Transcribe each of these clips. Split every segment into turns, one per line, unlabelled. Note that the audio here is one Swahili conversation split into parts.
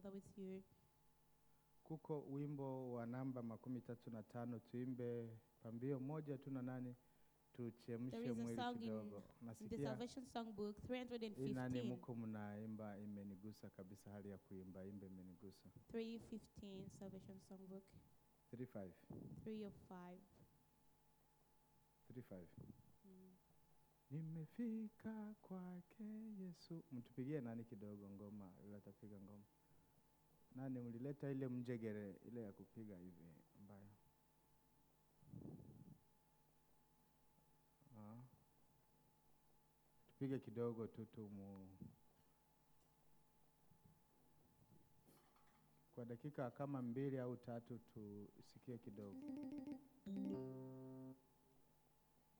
with you.
kuko wimbo wa namba makumi tatu na tano tuimbe pambio moja tu na nane
There
tuchemshe
is a
mwili
song in-
kidogo
In the
nasikia
Salvation Songbook
hii nane
315,
muko mnaimba imenigusa kabisa hali ya kuimba imbe imenigusa
315 Salvation Songbook
35
3 of 5.
35
Mm.
nimefika kwake Yesu. Mtupigie nani kidogo ngoma, yule atapiga ngoma. Nani mlileta ile mjegere ile ya kupiga hivi ambayo Ah. tupige kidogo tu tu mu kwa dakika kama mbili au tatu tusikie kidogo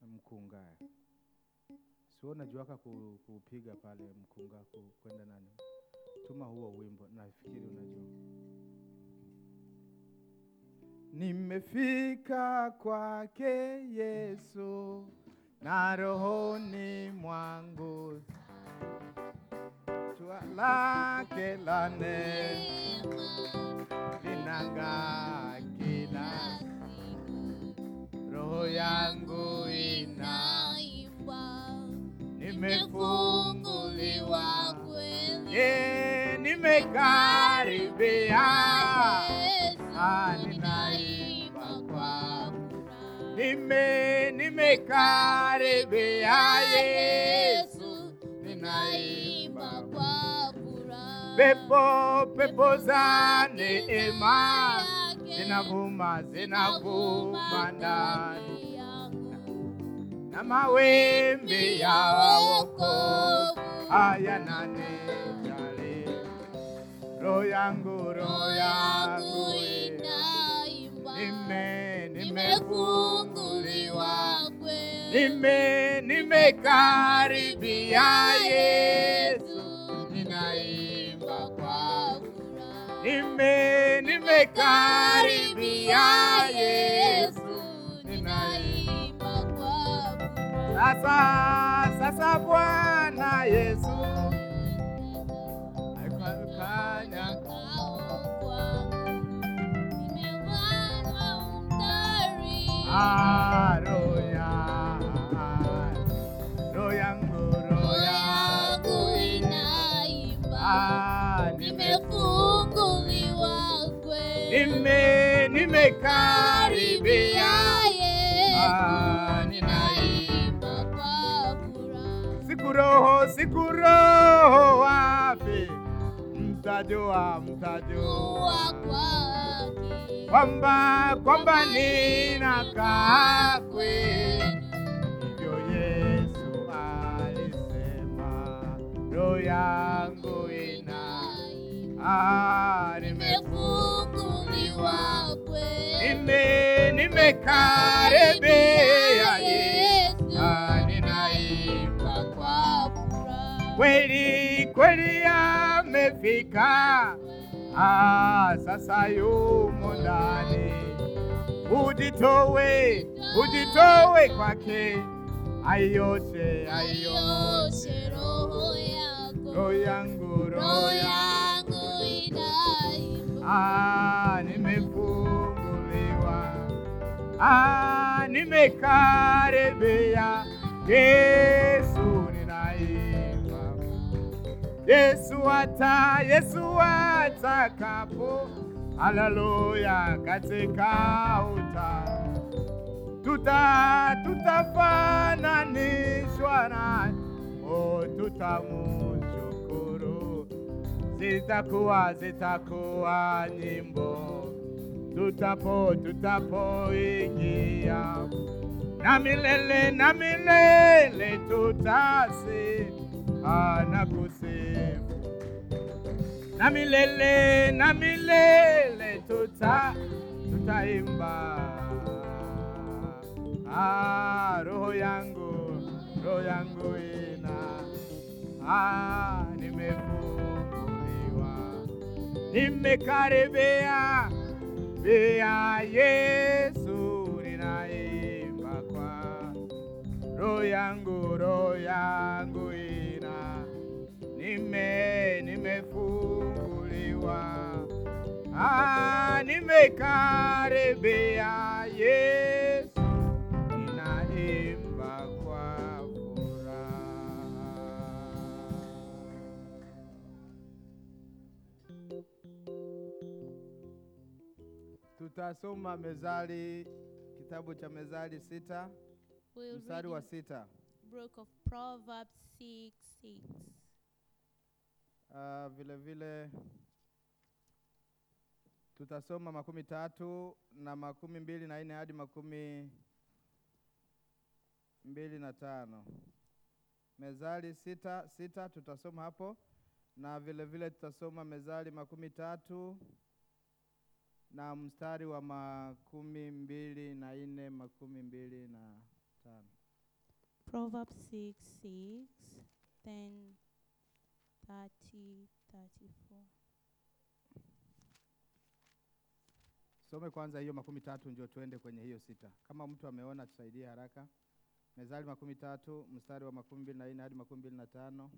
mkungaya sio najuaka ku- kupiga pale mkunga ku- kwenda nani tuma huo wimbo nafikiri unajua nimefika kwake yesu na rohoni mwangu jua lake la neema linang'aa kila roho yangu ina nimefunguliwa e, ye nimekaribia ninaimba kwako nime nimekaribia yesu ninaimba pepo pepo za neema zinavuma zinavuma ndani na mawimbi ya wokovu haya nane jale roho yangu roho yangu nime nimefunguliwa nime nimekaribia Yesu ninaimba kwako nime nimekaribia Yesu ninaimba sasa sasa Bwana Yesu alikuwa Ah, roya, roya ngo, roya kuina. Ah, nime,
Nimefunguliwa kweli,
nime, nimekaribia.
karibia Yesu,
Ah, ninai.
naimba kwa furaha.
Sikuroho, sikuroho wapi? Mtajua,
Kuwa
mtajua.
kwa haki,
Kwamba, kwamba ninakaa kwenu. Hivyo Yesu alisema, roho yangu ina ah, nimefunguliwa,
Nimefunguliwa kweli,
nime nimekaribia Yesu, ah,
naimba
ninaimba
kwa furaha.
kweli kweli amefika, ah, sasa yumo ndani. Ujitowe, ujitowe kwake, ayote, ayote
Ayoshe roho yako,
roho yangu roho
roho
yangu
yangu inaimba.
ah, nimefunguliwa ah, nimekaribia Yesu ninaimba Yesu ata Yesu atakapo haleluya katika uta tuta tutafananishwa naye oh, tutamshukuru zitakuwa zitakuwa nyimbo tutapo tutapoingia na milele na milele tutasi na kusifu na milele na milele tuta tutaimba ah, roho yangu roho yangu ina ah, nimefunguliwa nimekaribia bia Yesu ninaimba kwa roho yangu roho yangu ina nime nimefunguliwa Ah, nimekaribia Yesu, ninaimba kwa furaha. Tutasoma Mezali, kitabu cha Mezali sita
We'll read
mstari wa
in
sita.
book of Proverbs 6 6.
Ah, vile vile tutasoma makumi tatu na makumi mbili na nne hadi makumi mbili na tano Mezali sita sita tutasoma hapo, na vile vile tutasoma Mezali makumi tatu na mstari wa makumi mbili na nne makumi mbili na tano
Proverbs 6 6, then 30 34.
Some kwanza hiyo makumi tatu ndio tuende kwenye hiyo sita. Kama mtu ameona tusaidie haraka. Mezali makumi tatu mstari wa makumi mbili na nne hadi makumi mbili na tano.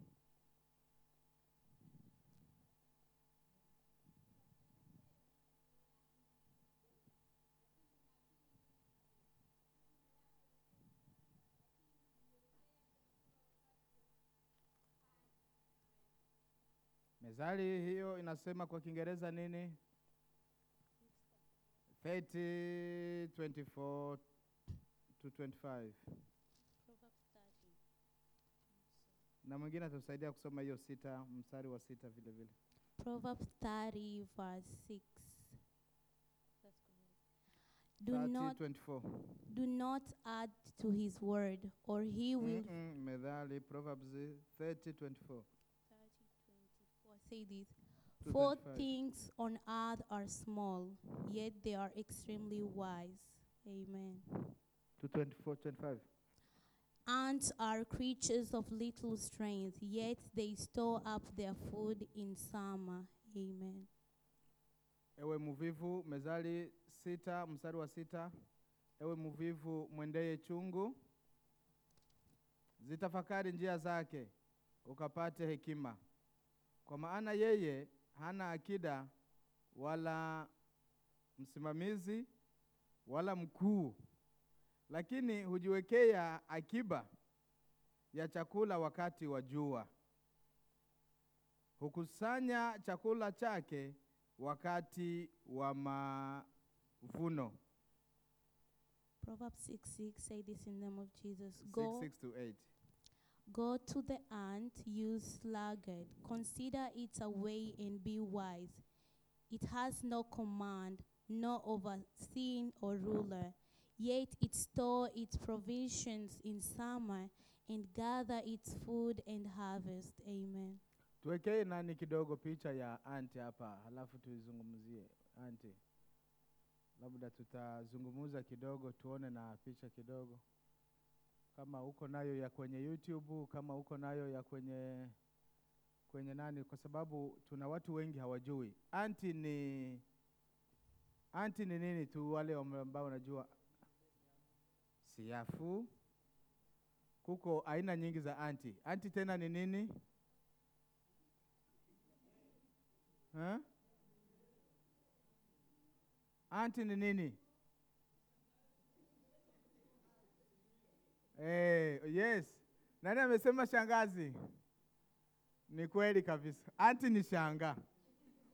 Mezali hiyo inasema kwa Kiingereza nini? 30, 24 to 25.
Proverbs 30.
Na mwingine atusaidia kusoma hiyo sita, mstari wa sita vile vile.
Proverbs 30, verse 6. Do
30,
not,
24.
do not add to his word, or he will.
Mm-mm, Methali, Proverbs 30, 24.
Say this.
To
Four
25.
things on earth are small, yet they are extremely wise. Amen.
To 24, 25.
Ants are creatures of little strength, yet they store up their food in summer. Amen.
Ewe muvivu, Mezali sita, mstari wa sita. Ewe muvivu, mwendeye chungu, zitafakari njia zake, ukapate hekima, kwa maana yeye hana akida wala msimamizi wala mkuu, lakini hujiwekea akiba ya chakula wakati wa jua, hukusanya chakula chake wakati wa mavuno.
Proverbs 6 6 say this in the name of Jesus.
Six,
Go,
six to eight.
go to the ant, you sluggard. Consider its way and be wise. It has no command, no overseeing or ruler. Yet it store its provisions in summer and gather its food and harvest. Amen.
Tuwekee nani kidogo picha ya anti hapa, halafu tuizungumzie anti. Labda tutazungumza kidogo, tuone na picha kidogo, kama uko nayo ya kwenye YouTube, kama uko nayo ya kwenye kwenye nani, kwa sababu tuna watu wengi hawajui anti ni anti ni nini. Tu wale wame- ambao wanajua siafu, kuko aina nyingi za anti. Anti tena ni nini? Eh? Anti ni nini? Eh, yes. Nani amesema shangazi? Ni kweli kabisa. Anti ni shanga.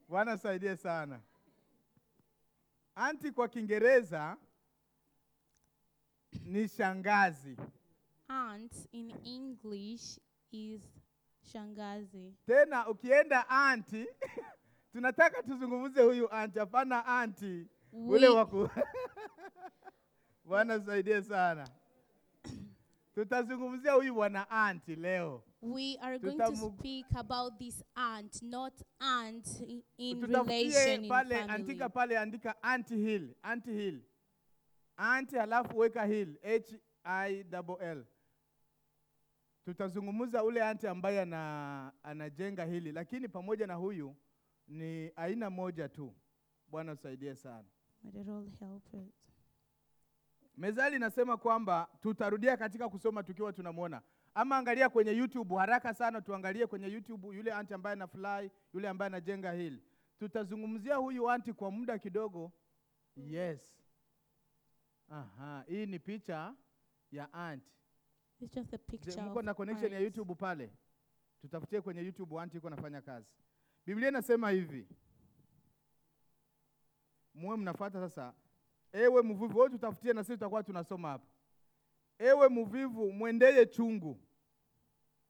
Bwana saidie sana. Anti kwa Kiingereza ni shangazi.
Aunt in English is shangazi.
Tena ukienda anti, tunataka tuzungumze huyu anti, hapana anti ule
We-
waku Bwana saidie sana. Tutazungumzia huyu bwana anti leo.
We are going to
Tutamu-
speak about this aunt, not aunt i- in relation
Tutafutie
in
Eh, pale,
family.
andika pale, andika anti hill, anti hill, anti halafu weka hill, h i double l. Tutazungumza ule anti ambaye ana, anajenga hili, lakini pamoja na huyu ni aina moja tu. Bwana usaidie sana.
May the Lord help us.
Mezali inasema kwamba tutarudia katika kusoma tukiwa tunamwona, ama angalia kwenye YouTube haraka sana, tuangalie kwenye YouTube yule anti ambaye anafly, yule ambaye anajenga hili. tutazungumzia huyu anti kwa muda kidogo yes aha hii ni picha ya anti
It's just a picture
Je, mko
of
na connection ya
ants.
youtube pale tutafutie kwenye youtube anti iko nafanya kazi biblia inasema hivi muwe mnafuata sasa ewe mvivu wewe tutafutie na sisi tutakuwa tunasoma hapa ewe mvivu mwendeye chungu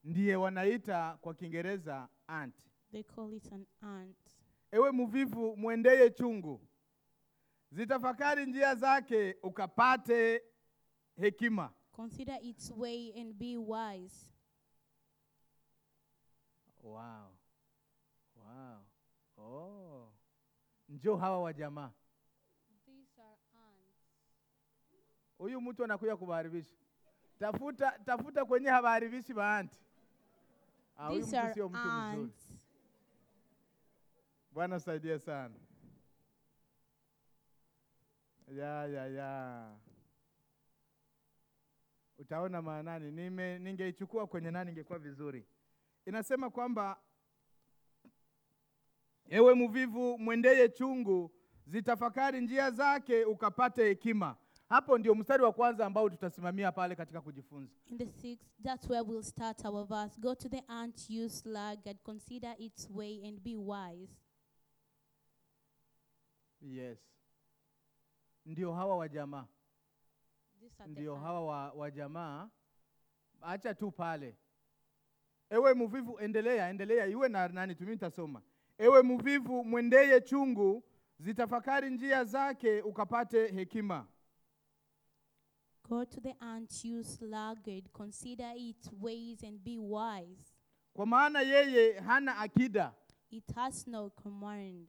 ndiye wanaita kwa kiingereza anti
They call it an ant.
ewe mvivu mwendeye chungu zitafakari njia zake ukapate hekima
Consider its way and be wise.
wow. Wow. Oh. njoo hawa wa jamaa
These are ants.
huyu mtu anakuja kubaharibisha tafuta tafuta kwenye habaharibishi baanti Ah, huyu
These
mtu
are
sio mtu mzuri
ants.
bwana saidia sana ya ya ya utaona maanani Nime, ningeichukua kwenye nani ingekuwa vizuri inasema kwamba ewe mvivu mwendeye chungu zitafakari njia zake ukapate hekima hapo ndio mstari wa kwanza ambao tutasimamia pale katika kujifunza
In the sixth, that's where we'll start our verse. Go to the ant, you sluggard, consider its way and be wise.
yes ndio hawa wa jamaa
These are the
ndio
ants.
hawa wa, wa jamaa acha tu pale ewe mvivu endelea endelea iwe na nani tumi nitasoma ewe mvivu mwendeye chungu zitafakari njia zake ukapate hekima
Go to the ant, you sluggard, consider its ways and be wise.
kwa maana yeye hana akida
It has no command,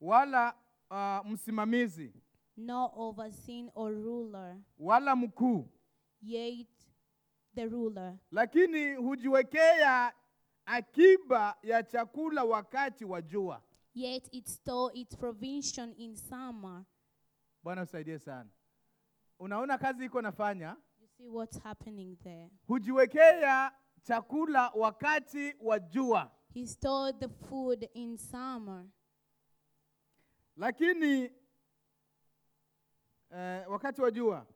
wala uh, msimamizi
no overseen or ruler,
wala mkuu
yet the ruler.
lakini hujiwekea akiba ya chakula wakati wa jua
Yet it stole its provision in summer.
bwana usaidie sana unaona kazi iko nafanya
You see what's happening there.
hujiwekea chakula wakati wa jua,
He stole the food in summer,
lakini eh, wakati wa jua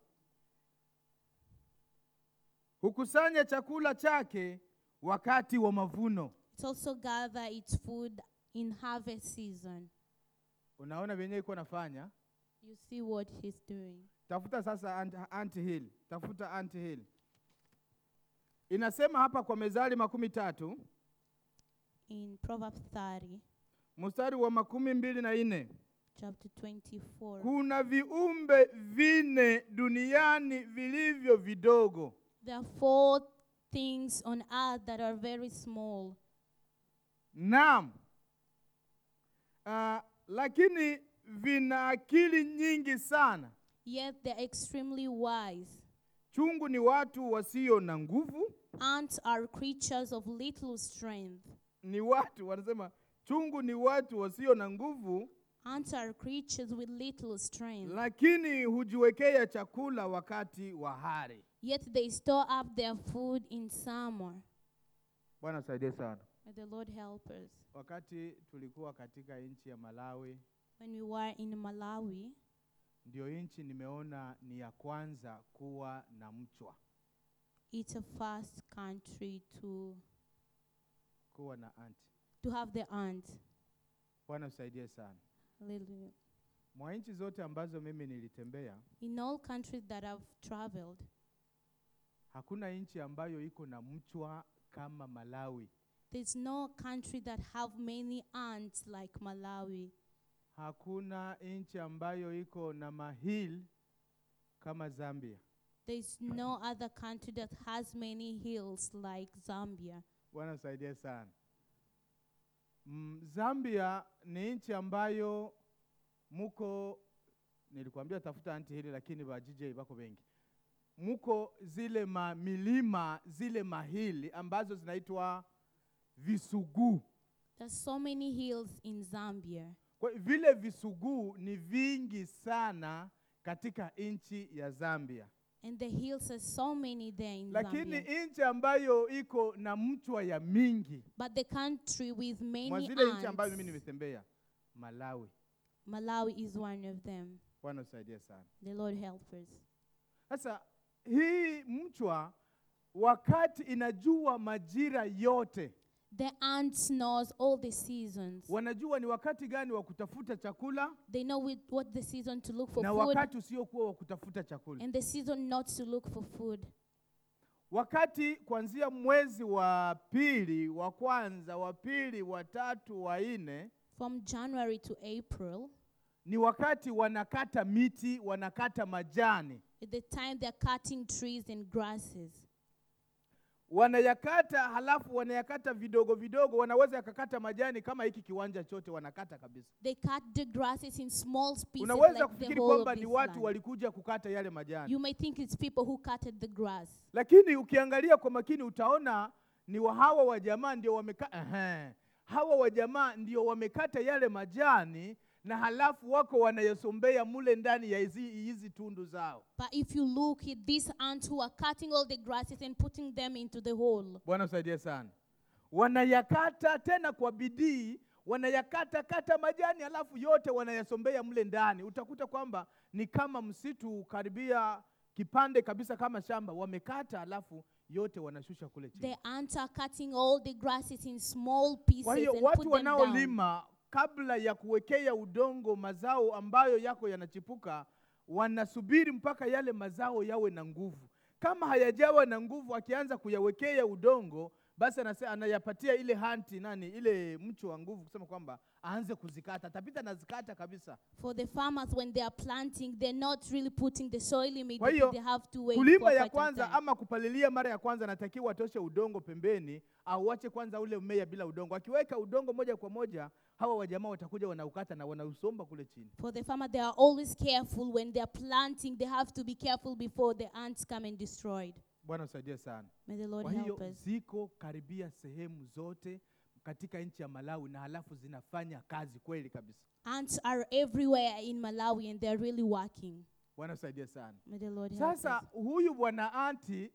hukusanya chakula chake wakati wa mavuno.
it also gathered its food in harvest season.
Unaona vyenyewe iko nafanya.
You see what he's doing.
Tafuta sasa anti, anti hill, tafuta anti hill. Inasema hapa kwa Mezali makumi tatu
In Proverbs 30,
mstari wa makumi mbili na nne
chapter 24.
kuna viumbe vine duniani vilivyo vidogo
There are four things on earth that are very small,
Naam. Ah, lakini vina akili nyingi sana.
yet they're extremely wise.
Chungu ni watu wasio na nguvu,
Ants are creatures of little strength.
ni watu wanasema chungu ni watu wasio na nguvu,
Ants are creatures with little strength,
lakini hujiwekea chakula wakati wa hari.
yet they store up their food in summer.
Bwana saidie sana.
May the Lord help us.
Wakati tulikuwa katika nchi ya Malawi,
When we were in Malawi,
ndio nchi nimeona ni ya kwanza kuwa na mchwa,
it's a first country to,
kuwa na anti.
to have the ant.
Bwana usaidie sana.
Hallelujah.
Mwa nchi zote ambazo mimi nilitembea,
In all countries that I've traveled,
Hakuna nchi ambayo iko na mchwa kama Malawi.
There's no country that have many ants like Malawi.
Hakuna nchi ambayo iko na mahil kama Zambia.
There's no other country that has many hills like Zambia.
Bwana saidia sana. Mm, Zambia ni nchi ambayo muko, nilikwambia tafuta anti hili, lakini ba GJ bako wengi, muko zile ma milima zile mahili ambazo zinaitwa visuguu.
There's so many hills in Zambia.
Kwa hiyo vile visuguu ni vingi sana katika nchi ya Zambia.
and the hills are so many there in
lakini
Zambia.
nchi ambayo iko na mchwa ya mingi
But the country with
mwa
many
zile nchi ambayo mimi
ants,
nimetembea malawi
Malawi is one of them.
bwana usaidia sana
The Lord help us.
sasa hii mchwa wakati inajua majira yote
The ants knows all the seasons.
wanajua ni wakati gani wa kutafuta chakula
They know with what the season to look for
na
food
wakati usiokuwa wa kutafuta chakula
and the season not to look for food.
wakati kuanzia mwezi wa pili wa kwanza wa pili wa tatu wa nne
From January to April,
ni wakati wanakata miti wanakata majani
at the time they're cutting trees and grasses.
wanayakata halafu wanayakata vidogo vidogo wanaweza yakakata majani kama hiki kiwanja chote wanakata kabisa
They cut the grasses in small pieces
unaweza
like the
kufikiri
whole
kwamba
of
ni
this
watu
land.
walikuja kukata yale majani
You may think it's people who cutted the grass,
lakini ukiangalia kwa makini utaona ni wa hawa wa jamaa ndio wameka Ehe. hawa wa jamaa ndio wamekata yale majani na halafu wako wanayasombea mule ndani ya hizi hizi tundu zao
but if you look at these ants who are cutting all the grasses and putting them into the hole,
bwana usaidie sana wanayakata tena kwa bidii wanayakata kata majani halafu yote wanayasombea mle ndani utakuta kwamba ni kama msitu karibia kipande kabisa kama shamba wamekata halafu yote wanashusha kule chini
the ants are cutting all the grasses in small pieces
kwa hiyo
and
watu
put them down.
wanaolima kabla ya kuwekea udongo mazao ambayo yako yanachipuka wanasubiri mpaka yale mazao yawe na nguvu kama hayajawa na nguvu akianza kuyawekea udongo basi anase, anayapatia ile hanti nani ile mchu wa nguvu kusema kwamba aanze kuzikata atapita nazikata kabisa
For the farmers, when they are planting, they're not really putting the soil
Kwa
immediately.
hiyo,
They have to wait for
kulima
quite
ya
some
kwanza
time.
ama kupalilia mara ya kwanza anatakiwa atoshe udongo pembeni auache kwanza ule mmea bila udongo akiweka udongo moja kwa moja hawa wajamaa watakuja wanaukata na wanausomba kule chini
For the farmer, they are always careful when they are planting. They have to be careful before the ants come and destroy. it.
bwana usaidie sana
May the Lord
kwa
help
hiyo
us.
ziko karibia sehemu zote katika nchi ya malawi na halafu zinafanya kazi kweli kabisa
Ants are everywhere in Malawi and they're really working.
bwana usaidie sana
May the Lord help
sasa
us.
huyu bwana anti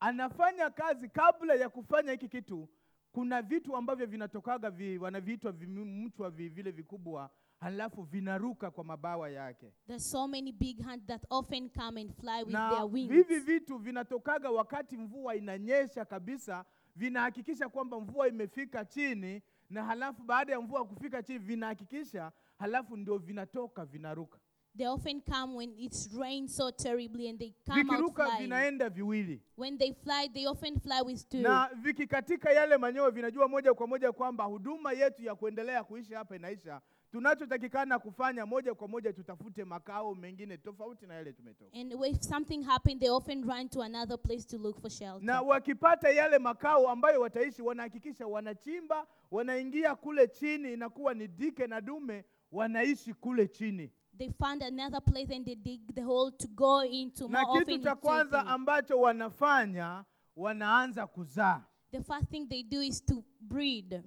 anafanya kazi kabla ya kufanya hiki kitu kuna vitu ambavyo vinatokaga vi, wanaviitwa vi- mchwa vi, vile vikubwa halafu vinaruka kwa mabawa yake
There's so many big ants that often come and fly with
na
their wings.
hivi vitu vinatokaga wakati mvua inanyesha kabisa vinahakikisha kwamba mvua imefika chini na halafu baada ya mvua kufika chini vinahakikisha halafu ndio vinatoka vinaruka
They often come when it's rained so terribly and they come out
vikiruka
flying.
vinaenda viwili
When they fly, they often fly with two.
na vikikatika yale manyoya vinajua moja kwa moja kwamba huduma yetu ya kuendelea kuishi hapa inaisha tunachotakikana kufanya moja kwa moja tutafute makao mengine tofauti na yale tumetoka
And if something happened, they often run to another place to look for shelter.
na wakipata yale makao ambayo wataishi wanahakikisha wanachimba wanaingia kule chini inakuwa ni dike na dume wanaishi kule chini
they found another place and they dig the hole to go into. More
na kitu
often,
cha
it's
kwanza
open.
ambacho wanafanya wanaanza kuzaa
the first thing they do is to breed.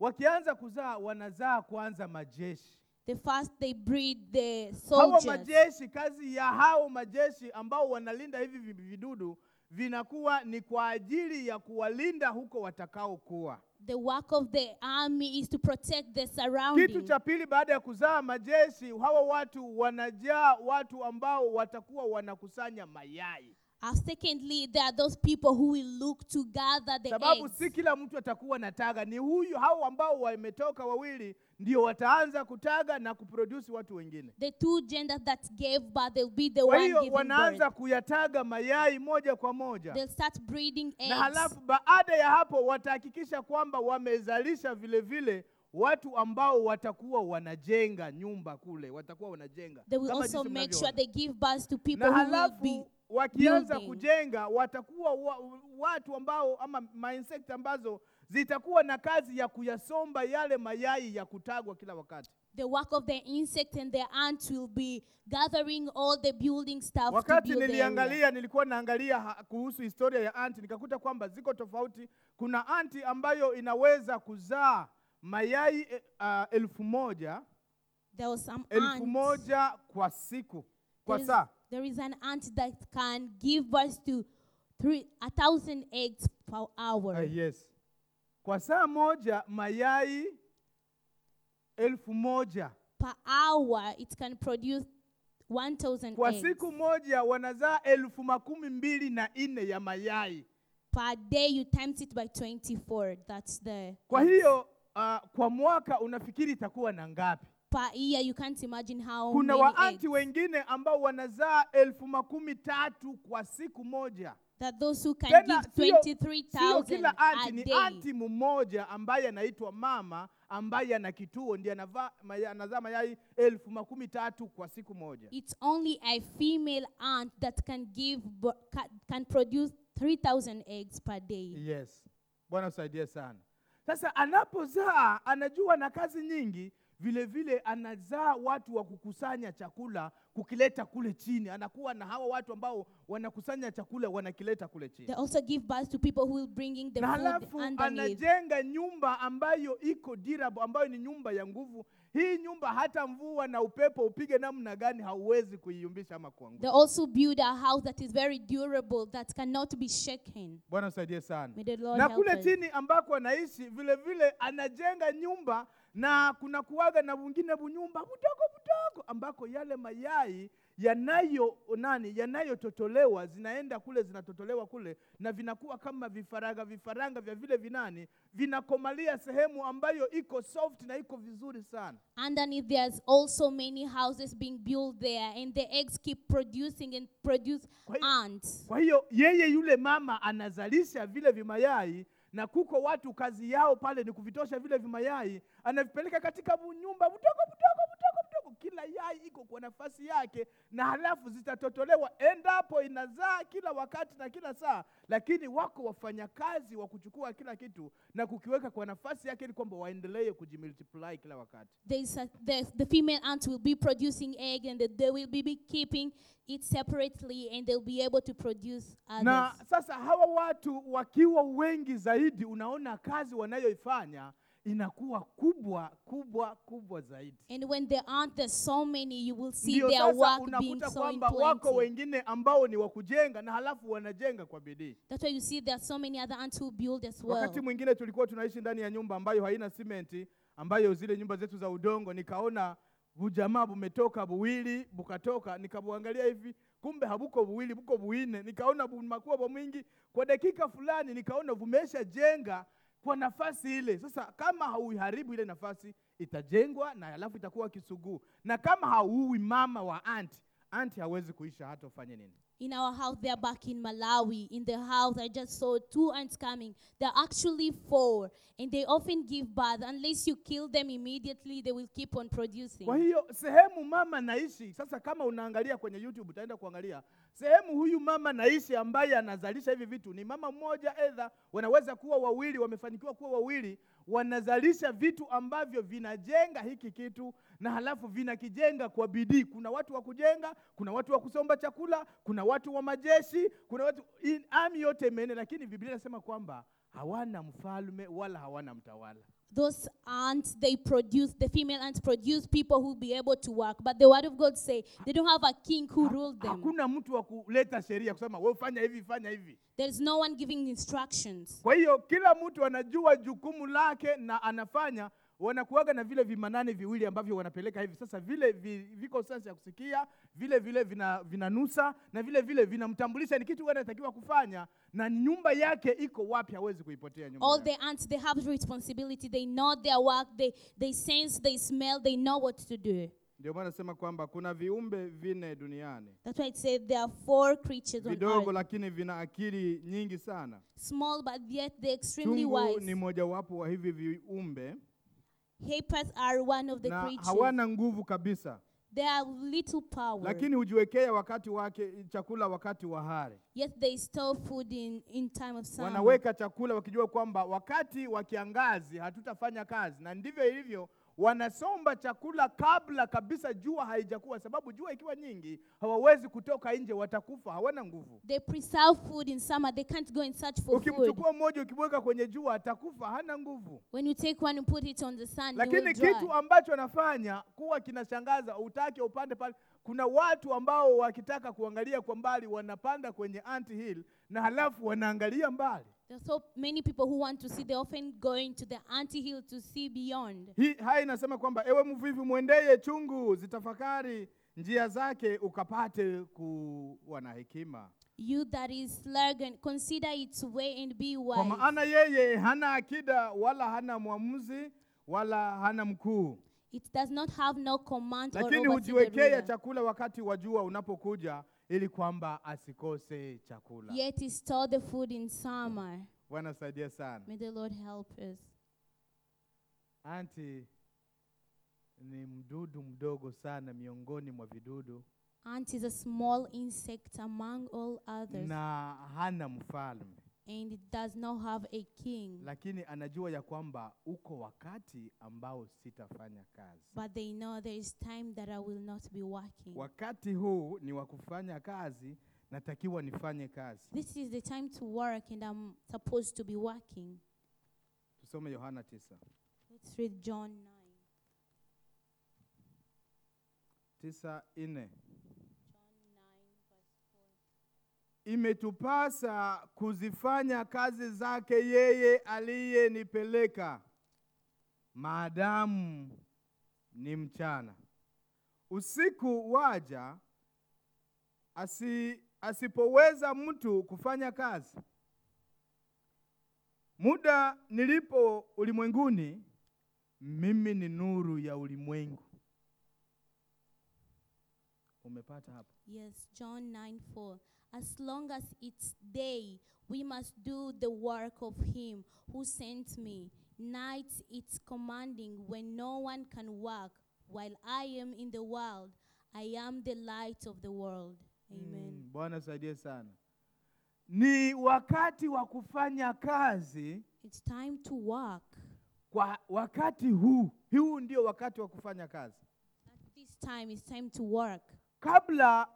wakianza kuzaa wanazaa kwanza majeshi
The first they breed the
hawa
soldiers.
majeshi kazi ya hao majeshi ambao wanalinda hivi vi- vidudu vinakuwa ni kwa ajili ya kuwalinda huko watakaokuwa
The work of the army is to protect the
kitu
surrounding.
cha pili baada ya kuzaa majeshi hawa watu wanajaa watu ambao watakuwa wanakusanya mayai
And Uh, secondly, there are those people who will look to gather the
sababu
eggs.
si kila mtu atakuwa na taga ni huyu hao ambao wametoka wawili ndio wataanza kutaga na kuprodusi watu wengine
The two genders that gave birth, they'll be the
kwa
one
hiyo
giving
wanaanza
birth.
kuyataga mayai moja kwa moja
They'll start breeding
na
eggs.
halafu baada ya hapo watahakikisha kwamba wamezalisha vile vile watu ambao watakuwa wanajenga nyumba kule watakuwa wanajenga
They will
kama
also
jinsi
make sure
mnavyoona.
they give birth to people
na
who will be
halafu wakianza
building.
kujenga watakuwa wa, watu ambao ama mainsect ambazo zitakuwa na kazi ya kuyasomba yale mayai ya kutagwa kila wakati
The work of the insect and the ants will be gathering all the building stuff
wakati
to build the area.
niliangalia nilikuwa naangalia ha- kuhusu historia ya anti nikakuta kwamba ziko tofauti kuna anti ambayo inaweza kuzaa mayai e, uh, elfu moja
There was some
elfu
ants.
moja kwa siku kwa
There's-
saa
There is an ant that can give birth to three, a thousand eggs per hour.
Ah, yes. Kwa saa moja mayai elfu moja
Per hour, it can produce 1,000
kwa
eggs.
siku moja wanazaa elfu makumi mbili na nne ya mayai.
Per day, you times it by 24. That's the.
Kwa hiyo ah, kwa mwaka unafikiri itakuwa na ngapi?
Per year, you can't imagine how
Kuna
many
waanti
eggs.
wengine ambao wanazaa elfu makumi tatu kwa siku moja.
That those who can
Tena
give
sio- sio
23,000
kila
a
anti, ni
day.
anti mmoja ambaye anaitwa mama ambaye ana kituo ndiye anavaa maya, anazaa mayai elfu makumi tatu kwa siku moja.
It's only a female ant that can give b- ca- can produce 3,000 eggs per day.
Yes. Bwana usaidie sana. Sasa anapozaa anajua na kazi nyingi, vile vile anazaa watu wa kukusanya chakula kukileta kule chini. Anakuwa na hawa watu ambao wanakusanya chakula wanakileta kule chini.
They also give birth to people who will bringing the
na
food
halafu
underneath.
anajenga nyumba ambayo iko dirabu ambayo ni nyumba ya nguvu hii nyumba hata mvua na upepo upige namna gani hauwezi kuiyumbisha ama
They
kuangusha
also build a house that is very durable that cannot be shaken.
bwana usaidie sana
May the Lord
na
help
kule
us.
chini ambako anaishi vile vile anajenga nyumba na kuna kuwaga na vingine bunyumba budogo budogo ambako yale mayai yanayo nani yanayototolewa zinaenda kule zinatotolewa kule na vinakuwa kama vifaranga vifaranga vya vile vinani vinakomalia sehemu ambayo iko soft na iko vizuri sana
Underneath, there's also many houses being built there, and the eggs keep producing and produce
Kwa hiyo-
ants.
kwa hiyo yeye yule mama anazalisha vile vimayai na kuko watu kazi yao pale ni kuvitosha vile vimayai anavipeleka katika nyumba mdogo mdogo mdogo mdogo kila yai iko kwa nafasi yake na halafu zitatotolewa endapo inazaa kila wakati na kila saa lakini wako wafanyakazi wa kuchukua kila kitu na kukiweka kwa nafasi yake ili kwamba waendelee kujimultiply kila wakati
There's a, the, the female ant will be producing egg, and they will be, be keeping it separately, and they'll be able to produce others.
na sasa hawa watu wakiwa wengi zaidi unaona kazi wanayoifanya inakuwa kubwa kubwa kubwa zaidi
And when there aren't there's so many, you will see
Ndio
their
sasa
work being
unakuta
so in
kwamba wako
plenty.
wengine ambao ni wa kujenga na halafu wanajenga kwa bidii
That's why you see there are so many other ants who build as well.
wakati mwingine tulikuwa tunaishi ndani ya nyumba ambayo haina simenti ambayo zile nyumba zetu za udongo nikaona bujamaa bumetoka buwili bukatoka nikabuangalia hivi kumbe habuko buwili buko buine nikaona bumakuwa bwa mwingi kwa dakika fulani nikaona vumesha jenga kwa nafasi ile sasa kama hauiharibu ile nafasi itajengwa na halafu itakuwa kisuguu na kama hauui mama wa anti anti hawezi kuisha hata ufanye nini
In our house, they're back in Malawi. In the house, I just saw two ants coming. They're actually four, and they often give birth. Unless you kill them immediately, they will keep on producing.
Kwa hiyo sehemu mama naishi sasa, kama unaangalia kwenye YouTube utaenda kuangalia sehemu huyu mama naishi ambaye anazalisha hivi vitu, ni mama mmoja, edha wanaweza kuwa wawili, wamefanikiwa kuwa wawili, wanazalisha vitu ambavyo vinajenga hiki kitu na halafu vinakijenga kwa bidii. Kuna watu wa kujenga, kuna watu wa kusomba chakula, kuna watu wa majeshi, kuna watu in- army yote imene, lakini Biblia inasema kwamba hawana mfalme wala hawana mtawala.
Those ants, they produce, the female ants produce people who be able to work. But the word of God say they don't have a king who ruled them.
Hakuna mtu wa kuleta sheria kusema wewe fanya hivi fanya hivi.
There's no one giving instructions.
Kwa hiyo kila mtu anajua jukumu lake na anafanya. Wanakuaga na vile vimanani viwili ambavyo wanapeleka hivi. Sasa vile vi, viko sense ya kusikia, vile vile vina, vinanusa na vile vile vinamtambulisha ni kitu gani anatakiwa kufanya na nyumba yake iko wapi, hawezi kuipotea nyumba.
All
yake.
the ants, they have responsibility. They know their work. They, they sense, they smell, they know what to do.
Ndio maana nasema kwamba kuna viumbe vine duniani
That's why it says there are four creatures on
vidogo,
earth.
lakini vina akili nyingi sana.
Small, but yet they're extremely
Chungu
wise.
ni mojawapo wa hivi viumbe
Hippos are one of the
na
creatures.
hawana nguvu kabisa,
They have little power.
lakini hujiwekea wakati wake chakula wakati wa hari.
yet they store food in, in time of summer.
Wanaweka chakula wakijua kwamba wakati wa kiangazi hatutafanya kazi, na ndivyo ilivyo. Wanasomba chakula kabla kabisa jua haijakuwa, sababu jua ikiwa nyingi hawawezi kutoka nje, watakufa, hawana nguvu.
They preserve food in summer. They can't go and search for food.
Ukimchukua mmoja ukimweka kwenye jua atakufa, hana nguvu.
When you take one and put it on the sun, it will
lakini
dry.
kitu ambacho anafanya kuwa kinashangaza utake upande pale kuna watu ambao wakitaka kuangalia kwa mbali wanapanda kwenye ant hill na halafu wanaangalia mbali.
There are so many people who want to see, they're often going to the antehill to see beyond.
Hii haya inasema kwamba ewe mvivu mwendeye chungu, zitafakari njia zake ukapate kuwa na hekima,
You that is arrogant, consider its way and be
kwa
wise.
maana yeye hana akida wala hana mwamuzi wala hana mkuu,
It does not have no command or
lakini
oversee the ruler.
hujiwekea chakula wakati wa jua unapokuja, ili kwamba asikose chakula.
Yet he store the food in summer.
Bwana saidia sana.
May the Lord help us.
Anti ni mdudu mdogo sana miongoni mwa vidudu
Ant is a small insect among all others,
na hana mfalme,
and it does not have a king.
lakini anajua ya kwamba uko wakati ambao sitafanya kazi.
But they know there is time that I will not be working.
Wakati huu ni wa kufanya kazi, natakiwa nifanye kazi.
This is the time to work, and I'm supposed to be working.
Tusome Yohana tisa
Let's read John 9.
tisa nne.
John
Imetupasa kuzifanya kazi zake yeye aliyenipeleka, maadamu ni mchana. Usiku waja, asi, asipoweza mtu kufanya kazi. Muda nilipo ulimwenguni, mimi ni nuru ya ulimwengu. Umepata hapo?
Yes, John 9 4. As long as it's day, we must do the work of Him who sent me. Night it's commanding when no one can work. While I am in the world, I am the light of the world. Amen.
Mm, Bwana saidie sana. Ni wakati wa kufanya kazi
It's time to work.
kwa wakati huu. Huu ndio wakati wa kufanya kazi.
At this time, it's time to work.
Kabla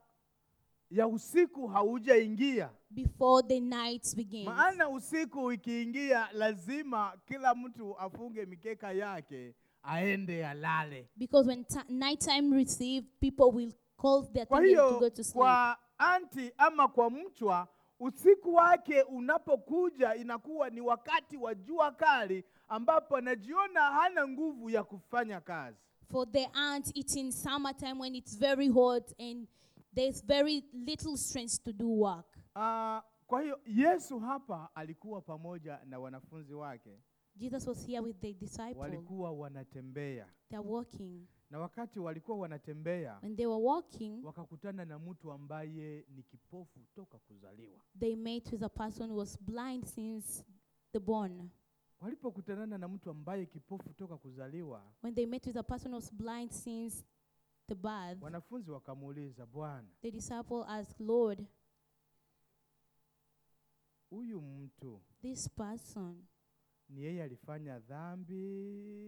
ya usiku haujaingia.
Before the night begins.
Maana usiku ukiingia lazima kila mtu afunge mikeka yake aende alale.
Because when ti- nighttime receive, people will call their
Kwa
attendant to go
hiyo
to sleep.
kwa anti ama kwa mchwa usiku wake unapokuja inakuwa ni wakati wa jua kali ambapo anajiona hana nguvu ya kufanya kazi.
For the ant, it's in summertime when it's very hot and there's very little strength to do work.
Ah, kwa hiyo Yesu hapa alikuwa pamoja na wanafunzi wake,
Jesus was here with the disciples.
walikuwa wanatembea,
They're walking.
na wakati walikuwa wanatembea
When they were walking,
wakakutana na mtu ambaye ni kipofu toka kuzaliwa.
they met with a person who was blind since the born.
Walipokutanana na mtu ambaye kipofu toka kuzaliwa,
When they met with a person who was blind since the birth,
wanafunzi wakamuuliza, Bwana,
the disciple asked, Lord,
huyu mtu
this person,
ni yeye alifanya dhambi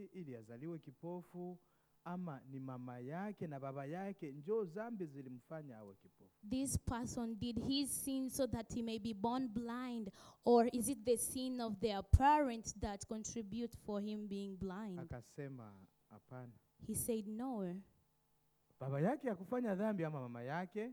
ili azaliwe kipofu, ama ni mama yake na baba yake njoo dhambi zilimfanya awe kipofu?
this person did his sin so that he may be born blind, or is it the sin of their parents that contribute for him being blind?
Akasema, hapana,
He said, No.
baba yake hakufanya dhambi ama mama yake,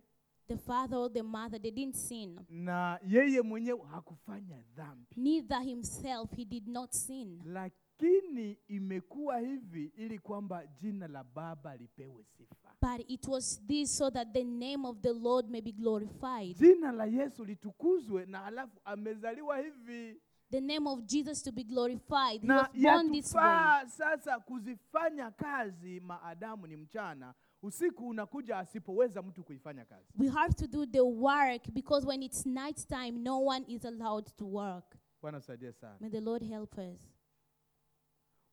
The father or the mother, they didn't sin.
na yeye mwenyewe hakufanya dhambi,
Neither himself, he did not sin.
lakini imekuwa hivi ili kwamba jina la Baba lipewe sifa.
But it was this so that the name of the Lord may be glorified.
Jina la Yesu litukuzwe, na halafu amezaliwa hivi,
The name of Jesus to be glorified. He was
na
born this way.
yatufaa sasa kuzifanya kazi maadamu ni mchana. Usiku unakuja asipoweza mtu kuifanya kazi.
We have to do the work because when it's nighttime, no one is allowed to work.
Bwana usaidie sana.
May the Lord help us.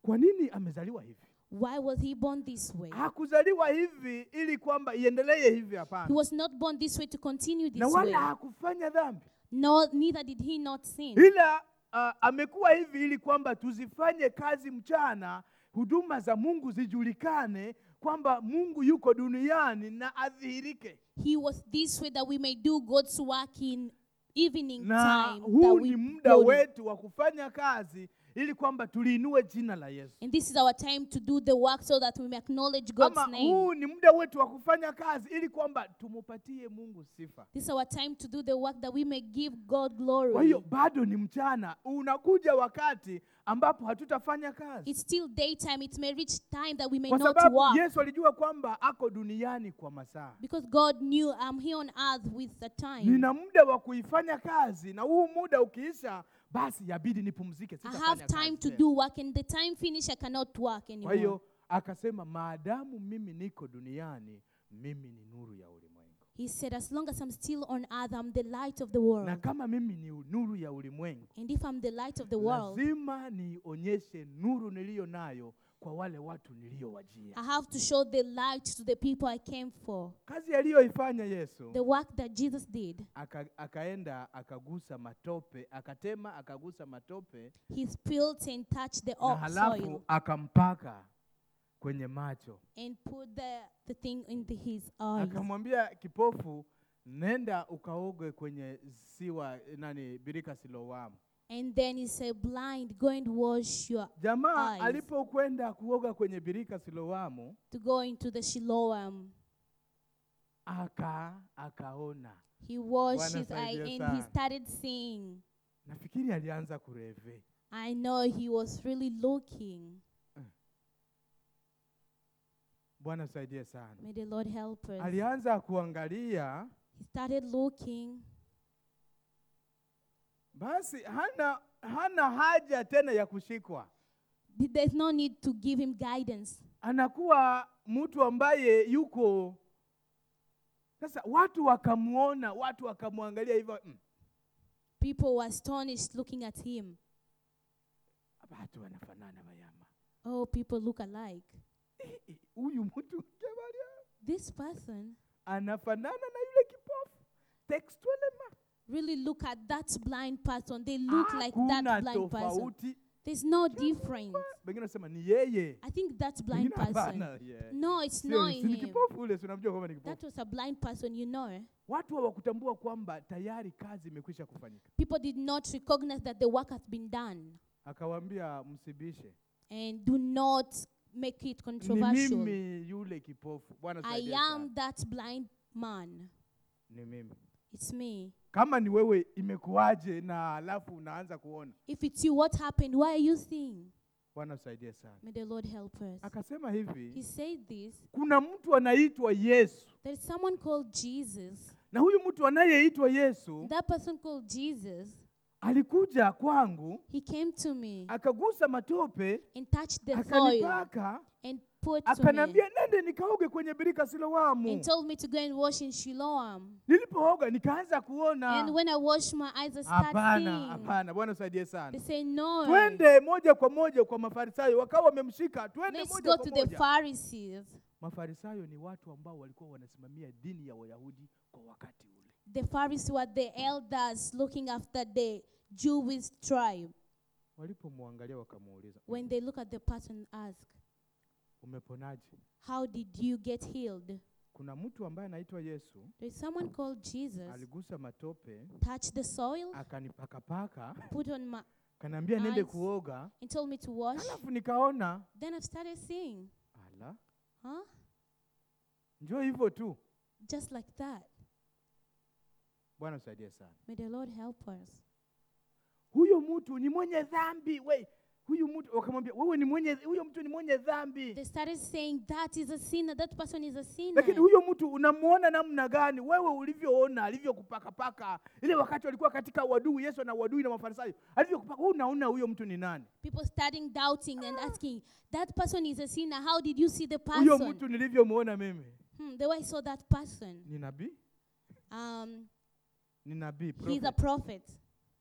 Kwa nini amezaliwa hivi?
Why was he born this way?
Ah. Hakuzaliwa hivi ili kwamba iendelee hivi, hapana.
He was not born this way to continue
na
this way.
wala hakufanya dhambi
No, neither did he not sin.
ila ah, amekuwa hivi ili kwamba tuzifanye kazi mchana huduma za mungu zijulikane kwamba mungu yuko duniani na adhihirike
He was this way that we may do God's work in evening
na
time.
huu
that we
ni muda
glory.
wetu wa kufanya kazi ili kwamba tuliinue jina la Yesu.
And this is our time to do the work so that we may acknowledge God's
Ama
name.
huu ni muda wetu wa kufanya kazi ili kwamba tumupatie Mungu sifa.
This is our time to do the work that we may give God
Kwa
glory.
hiyo bado ni mchana, unakuja wakati ambapo hatutafanya kazi,
It's still daytime. It may reach time that we may
kwa
not
sababu
work.
Yesu alijua kwamba ako duniani kwa masaa.
Because God knew I'm here on earth with the time.
Nina muda wa kuifanya kazi, na huu muda ukiisha, basi yabidi nipumzike.
I
sitafanya
have
kazi
time to
tena.
do work, and the time finish, I cannot work
Kwa
anymore.
hiyo akasema, maadamu mimi niko duniani, mimi ni nuru ya ulimwengu,
He said, As long as I'm still on earth, I'm the light of the
na
world.
kama mimi ni nuru ya ulimwengu,
And if I'm the light of the world,
lazima nionyeshe nuru niliyo nayo kwa wale watu niliyowajia.
I have to show the light to the people I came for.
Kazi aliyoifanya Yesu
The work that Jesus did,
aka, akaenda akagusa matope akatema akagusa matope
He spilled and touched the
na
oak Oh, soil
halafu akampaka kwenye macho
and put the, the thing into his eyes.
akamwambia kipofu nenda ukaoge kwenye siwa nani birika siloamu
And then He said, Blind, go and wash your
jamaa
Eyes.
alipokwenda kuoga kwenye birika siloamu
to go into the Shiloam.
aka akaona
He washed
Bwana
his eye
saidia
and he
sana.
started seeing.
nafikiri alianza kureve
I know he was really looking.
bwana usaidie sana
May the Lord help us.
alianza kuangalia
He started looking.
basi hana hana haja tena ya kushikwa
Th- There's no need to give him guidance.
anakuwa mtu ambaye yuko sasa watu wakamwona watu wakamwangalia hivyo mm,
People were astonished looking at him.
watu wanafanana wayama
Oh, people look alike.
Eh, eh, huyu mtu jamani,
This person
anafanana na yule kipofu textualema
really look at that blind person. They look like that blind person.
Ah, tofauti
There's no difference.
wengine wanasema ni yeye
I think that blind
Wengine
person.
hapana, yeah.
No, it's
Sio,
not
si ni
him.
kipofu ule si unamjua kwamba ni
That
kipofu
was a blind person, you know.
watu hawakutambua kwamba tayari kazi imekwisha kufanyika
People did not recognize that the work has been done.
akawaambia msibishe
And do not make it
ni
controversial.
mimi yule kipofu bwana
I
saidia sana.
am that blind man.
ni mimi
It's me.
kama ni wewe imekuwaje na alafu unaanza kuona
If it's you, what happened? Why are you seeing?
bwana usaidie sana
May the Lord help us.
akasema
He
hivi
said this.
kuna mtu anaitwa yesu
There is someone called Jesus.
na huyu mtu anayeitwa yesu
That person called Jesus,
alikuja kwangu
he came to me
akagusa matope
and touched the soil
akanipaka
and put to me
akaniambia nende nikaoge kwenye birika siloamu
and told me to go and wash in Shiloam.
nilipooga nikaanza
And
kuona
when I wash my eyes, I start
hapana
seeing.
hapana bwana usaidie
They
sana
say, No.
twende moja kwa moja kwa mafarisayo wakawa wamemshika twende
Let's
moja
go
kwa
to the
moja
Pharisees.
Mafarisayo ni watu ambao walikuwa wanasimamia dini ya Wayahudi kwa wakati ule.
The Pharisees were the elders looking after the Jewish tribe.
Walipomwangalia wakamuuliza,
When they look at the person, ask,
umeponaje?
How did you get healed?
Kuna mtu ambaye anaitwa Yesu
There's someone called Jesus.
aligusa matope
Touch the soil,
akanipakapaka
put on my
kanaambia nende
Eyes.
kuoga,
and told me to wash.
alafu nikaona
Then I've started seeing.
ala,
Huh?
njoo hivyo tu.
Just like that.
Bwana usaidie sana.
May the Lord help us.
Huyo mtu ni mwenye dhambi we, huyu mtu wakamwambia, wewe ni mwenye, huyo mtu ni mwenye dhambi.
They started saying that is a sinner, that person is a sinner.
Lakini huyo mtu unamuona namna gani? Wewe ulivyoona alivyokupakapaka ile wakati walikuwa katika wadui, Yesu na wadui na Mafarisayo, alivyokupaka wewe, unaona huyo mtu ni nani?
People starting doubting and asking, That person is a sinner. How did you see the
Huyo
person?
mtu nilivyomuona mimi
Hmm, the way I saw that person.
ni nabii,
Um,
ni nabii
He's a
prophet.
prophet.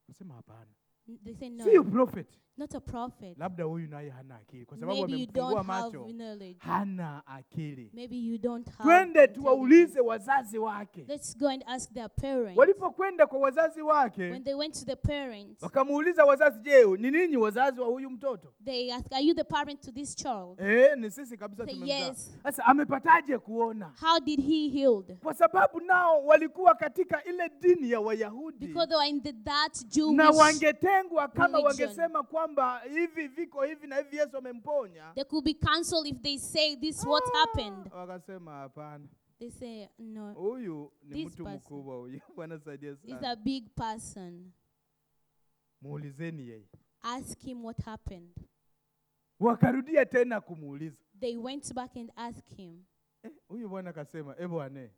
Nasema hapana,
N- They say no,
sio prophet.
not a prophet.
Labda huyu naye hana akili, kwa sababu
Maybe you
amemfungua
don't have
macho,
knowledge.
hana akili.
Maybe you don't have.
Twende
intelligence.
tuwaulize wazazi wake.
Let's go and ask their parents.
Walipokwenda kwa wazazi
When
wake,
they went to the parents,
wakamuuliza wazazi, je, ni ninyi wazazi wa huyu mtoto?
they asked, "Are you the parent to this child?
Eh, ni sisi kabisa
Say
tumemzaa.
yes.
Sasa amepataje kuona?
How did he healed?"
Kwa sababu nao walikuwa katika ile dini ya Wayahudi
Because they were in the that Jewish.
na wangetengwa kama
religion.
wangesema kwamba hivi viko hivi na hivi yesu amemponya Ah,
They could be canceled if they say this is what happened.
wakasema hapana
They say,
Oh,
no,
huyu ni
This
mtu
person.
mkubwa huyu bwana saidia
he's
sana
a big person.
muulizeni yeye
Ask him what happened.
wakarudia tena kumuuliza
They went back and asked him.
Eh, huyu bwana akasema e bwana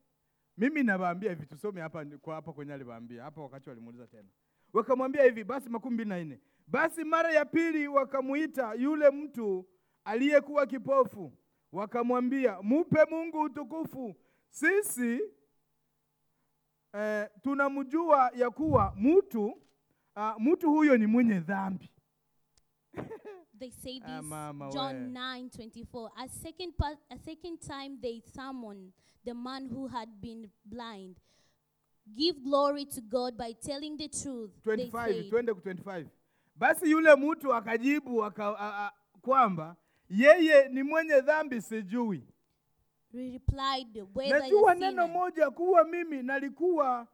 mimi nawaambia hivi tusome hapa ni- kwa hapa kwenye aliwaambia hapa wakati walimuuliza tena wakamwambia hivi basi makumi mbili na nne basi mara ya pili wakamuita yule mtu aliyekuwa kipofu wakamwambia mupe mungu utukufu sisi eh, tunamjua ya kuwa mtu ah, mtu huyo ni mwenye dhambi
They say
Ah,
this,
mama we.
John 9 24. A second, pa- a second time they summoned the man who had been blind. Give glory to God by telling the truth. They
25
said,
twende ku 25 basi yule mtu akajibu aka, a, a, kwamba yeye ni mwenye dhambi sijui
We replied, Whether
najua
the
neno
sinner,
moja kuwa mimi nalikuwa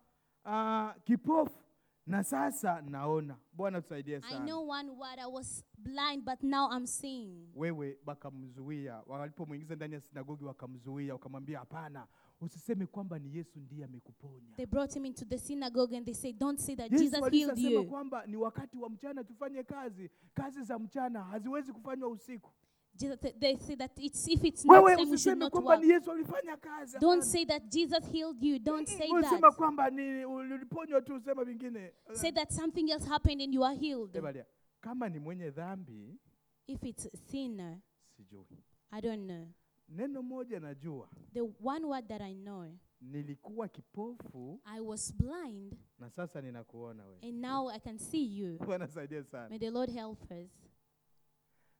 a, kipofu na sasa naona bwana tusaidie
I know
sana
one word, I was blind, but now I'm seeing.
wewe wakamzuia walipomwingiza ndani ya sinagogi wakamzuia wakamwambia hapana usiseme kwamba ni yesu ndiye amekuponya
They brought him into the synagogue and they said, Don't say that
Yesu
Jesus healed
alishasema
you.
kwamba ni wakati wa mchana tufanye kazi kazi za mchana haziwezi kufanywa usiku
Jesus, they say that it's, if it's not
wewe
time, we should
usiseme
not
kwamba
work.
ni yesu alifanya kazi
Don't say that Jesus healed you. Don't say
usema
that.
kwamba ni uliponywa tu usema vingine
Say that something else happened and you are healed.
Ebalia, kama ni mwenye dhambi
If it's a sinner,
sijui
I don't know.
neno moja najua
The one word that I know,
nilikuwa kipofu
I was blind
na sasa ninakuona wewe
and now I can see you.
bwana saidia sana
May the Lord help us.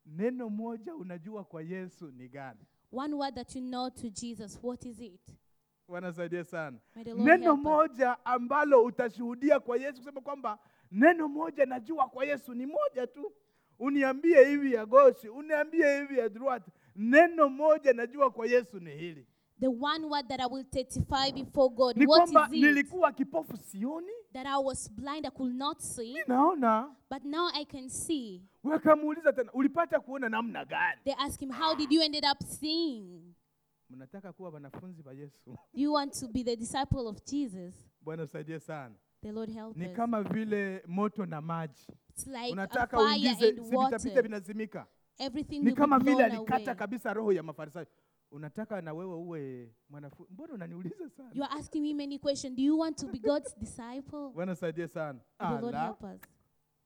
neno moja unajua kwa yesu ni gani
One word that you know to Jesus, what is it?
bwana saidia sana
May the Lord
neno
help us.
moja ambalo utashuhudia kwa yesu kusema kwamba neno moja najua kwa yesu ni moja tu uniambie hivi ya gosi uniambie hivi ya druat neno moja najua kwa yesu ni hili
The one word that I will testify before God,
ni
what
kwamba
is it?
nilikuwa kipofu sioni
That I was blind, I could not see,
naona
but now I can see.
wakamuuliza tena ulipata kuona namna gani
They ask him, How did you ended up seeing?
mnataka kuwa wanafunzi wa yesu
You want to be the disciple of Jesus.
bwana usaidie sana
The Lord help
ni
us.
kama vile moto na maji
It's like a
unataka
fire
uingize
and
si vitapita
water.
vinazimika
Everything
ni
will be
kama vile
blown
alikata
away.
kabisa roho ya mafarisayo unataka na wewe uwe mwanafunzi mbona unaniuliza
You
sana
are asking me many questions. Do you want to be God's disciple?
bwana saidie sana
May the Lord
Ala,
help us.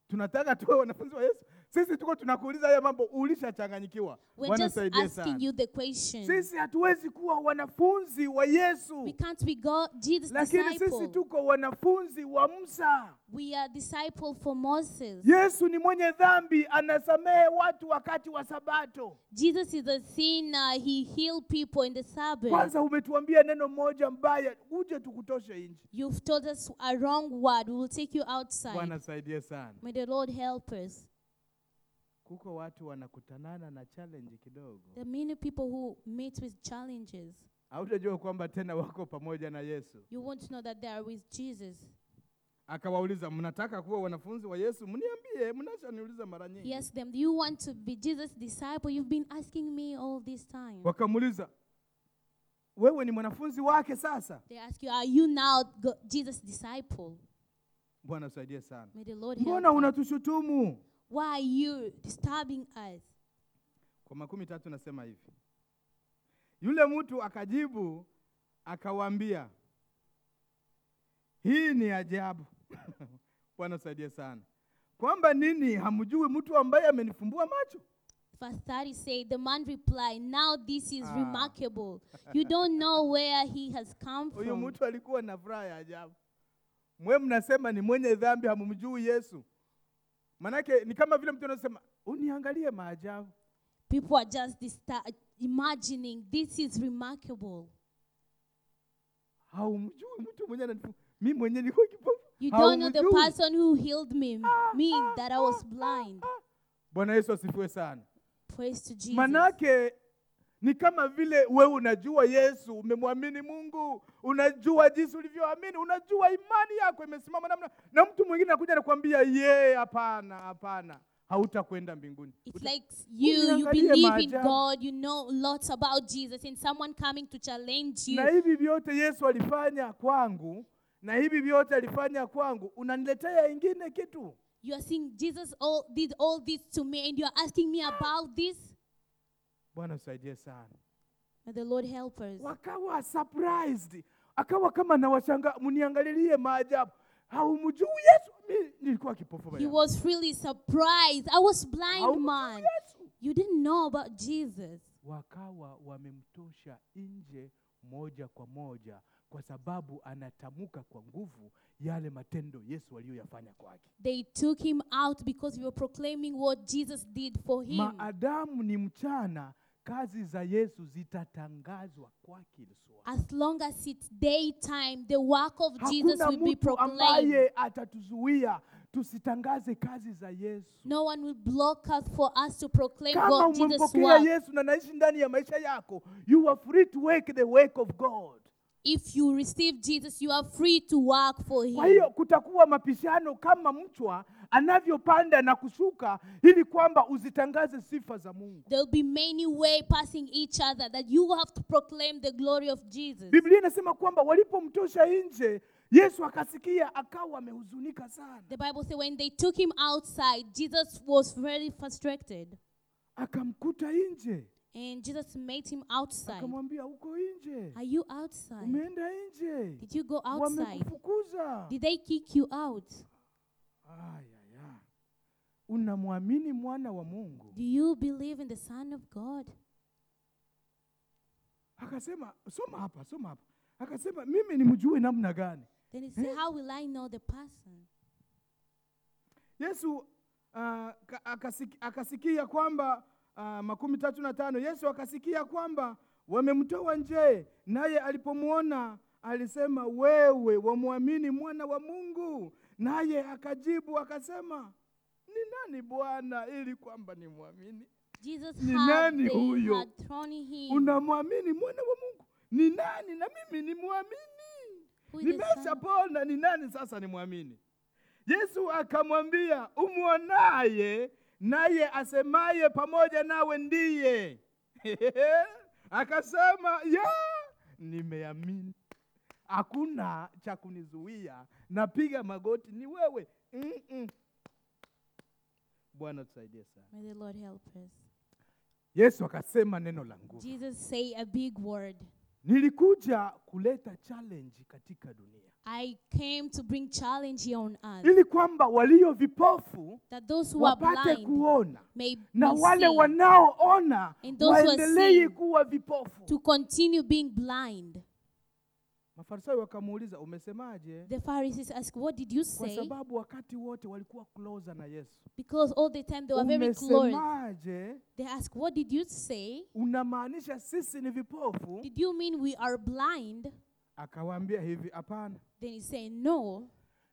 tunataka tuwe wanafunzi wa yesu sisi tuko tunakuuliza haya mambo ulishachanganyikiwa
We're
bwana
just
saidie sana
asking you the question.
sisi hatuwezi kuwa wanafunzi wa yesu
We can't be God, Jesus'
lakini sisi
disciple.
tuko wanafunzi wa musa
We are disciple for Moses.
yesu ni mwenye dhambi anasamehe watu wakati wa sabato
Jesus is a sinner. He healed people in the Sabbath.
kwanza umetuambia neno moja mbaya uje tukutoshe nje
You've told us a wrong word. We will take you outside.
bwana saidie sana
May the Lord help us.
kuko watu wanakutanana na challenge kidogo
There are many people who meet with challenges.
hautajua kwamba tena wako pamoja na yesu
You won't know that they are with Jesus.
akawauliza mnataka kuwa wanafunzi wa yesu mniambie mnashaniuliza mara nyingi
He asked them, Do you want to be Jesus' disciple? You've been asking me all this time.
wakamuuliza wewe ni mwanafunzi wake sasa
They ask you, Are you now go- Jesus' disciple?
bwana usaidie sana
May the Lord
mbona
help us.
unatushutumu
Why are you disturbing us?
kwa makumi tatu nasema hivi yule mtu akajibu akawaambia hii ni ajabu bwana usaidie sana kwamba nini hamjui mtu ambaye amenifumbua macho
Verse 30 say, The man replied, Now this is
Ah.
remarkable. You don't know where he has come
huyu
from.
mtu alikuwa na furaha ya ajabu mwe mnasema ni mwenye dhambi hamumjui yesu manake ni kama vile mtu anasema uniangalie maajabu
People are just distar- imagining this is remarkable.
haumjui mtu mwenye ananifumbua mi mwenye nilikuwa kipofu
You don't know the
Haumjui.
person who healed me,
Ah,
me that I was blind.
bwana yesu asifiwe sana
Praise to Jesus.
manake ni kama vile wewe unajua yesu umemwamini mungu unajua jinsi ulivyoamini unajua imani yako imesimama namna na mtu mwingine anakuja anakuambia yee hapana hapana hautakwenda mbinguni.
It's
Uta-
like you, you
Uniangalie
believe in
maajabu.
God, you know lots about Jesus, and someone coming to challenge
na
you.
hivi vyote Yesu alifanya kwangu, na hivi vyote alifanya kwangu, unaniletea ingine kitu?
You are saying, Jesus all, did all this to me, and you are asking me about this?
Bwana usaidie sana.
May the Lord help us.
Wakawa surprised, akawa kama nawashanga, mniangalilie maajabu. Haumjui Yesu? Mi nilikuwa kipofu baba
He
yangu.
was really surprised. I was blind,
Haumjui
man.
Yesu.
You didn't know about Jesus.
Wakawa wamemtosha nje moja kwa moja, kwa sababu anatamka kwa nguvu yale matendo Yesu aliyoyafanya kwake.
They took him out because we were proclaiming what Jesus did for him.
maadamu ni mchana kazi za yesu zitatangazwa kwake iliswa
As long as it's daytime, the work of Jesus
hakuna
will be
mtu
proclaimed.
ambaye atatuzuia tusitangaze kazi za yesu
No one will block us for us to proclaim
kama
God, Jesus'
umempokea
work.
yesu na naishi ndani ya maisha yako you are free to work the work of god
If you receive Jesus, you are free to work for
kwa
Him.
hiyo kutakuwa mapishano kama mchwa anavyopanda na kushuka ili kwamba uzitangaze sifa za mungu
There'll be many way passing each other that you have to proclaim the glory of Jesus.
biblia inasema kwamba walipomtosha nje yesu akasikia akawa amehuzunika sana
The Bible says when they took him outside, Jesus was very frustrated.
akamkuta nje
And Jesus met him outside.
akamwambia uko nje
Are you outside?
umeenda nje
Did you go outside?
wamekufukuza
Did they kick you out?
Aya, ya. unamwamini mwana wa mungu
Do you believe in the Son of God?
akasema soma hapa soma hapa akasema mimi nimjue namna gani
Then he
Eh?
said, How will I know the person?
yesu ah, ka- akasiki- akasikia kwamba ah, makumi tatu na tano yesu akasikia kwamba wamemtoa nje naye alipomwona alisema wewe wamwamini mwana wa mungu naye akajibu akasema ni nani bwana ili kwamba nimwamini
Jesus
Ni
had,
nani
they
huyo?
had thrown him.
unamwamini mwana wa mungu ni nani na mimi nimwamini
Who is the son of-
nimeshapona ni nani sasa nimwamini yesu akamwambia umwonaye naye asemaye pamoja nawe ndiye akasema ya nimeamini hakuna cha kunizuia napiga magoti ni wewe Mm-mm. bwana tusaidie sana
May the Lord help us.
yesu akasema neno la nguvu
Jesus say a big word.
nilikuja kuleta challenge katika dunia
I came to bring challenge here on earth.
ili kwamba walio vipofu
That those who are
wapate
blind
kuona
may be
na wale
seen,
wanaoona
And those who are
waendelee
seeing
kuwa vipofu
to continue being blind.
mafarisayo wakamuuliza umesemaje
The Pharisees asked, What did you
kwa
say?
sababu wakati wote walikuwa closer na yesu
Because all the time they were very close.
umesemaje
They asked, What did you say?
unamaanisha sisi ni vipofu
Did you mean we are blind?
akawaambia hivi hapana
Then he said, No,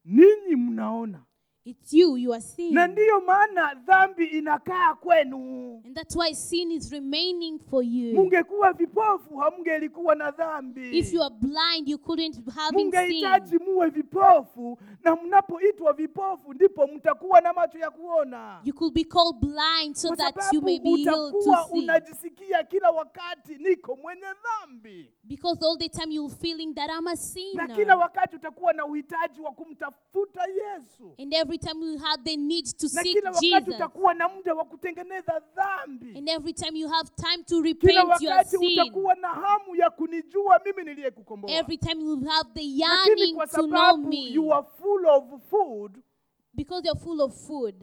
ninyi mnaona
it's you, you are seeing.
na ndiyo maana dhambi inakaa kwenu
And that's why sin is remaining for you.
mungekuwa vipofu hamngelikuwa na dhambi
If you are blind, you couldn't have
mungehitaji
sin.
muwe vipofu na mnapoitwa vipofu ndipo mtakuwa na macho ya kuona
You could be called blind so
kwa
that
sababu
you may be healed to
utakuwa
see.
unajisikia kila wakati niko mwenye dhambi
Because all the time you're feeling that I'm a
na kila
sinner.
wakati utakuwa na uhitaji wa kumtafuta yesu
And every time you have the need to
na
seek
kila wakati
Jesus.
utakuwa na muda wa kutengeneza dhambi
And every time you have time to
kila
repent your
wakati
sin.
utakuwa na hamu ya kunijua mimi niliyekukomboa
Every time you have the
lakini
yearning
kwa
to know
sababu
me.
you are full of food
Because you're full of food.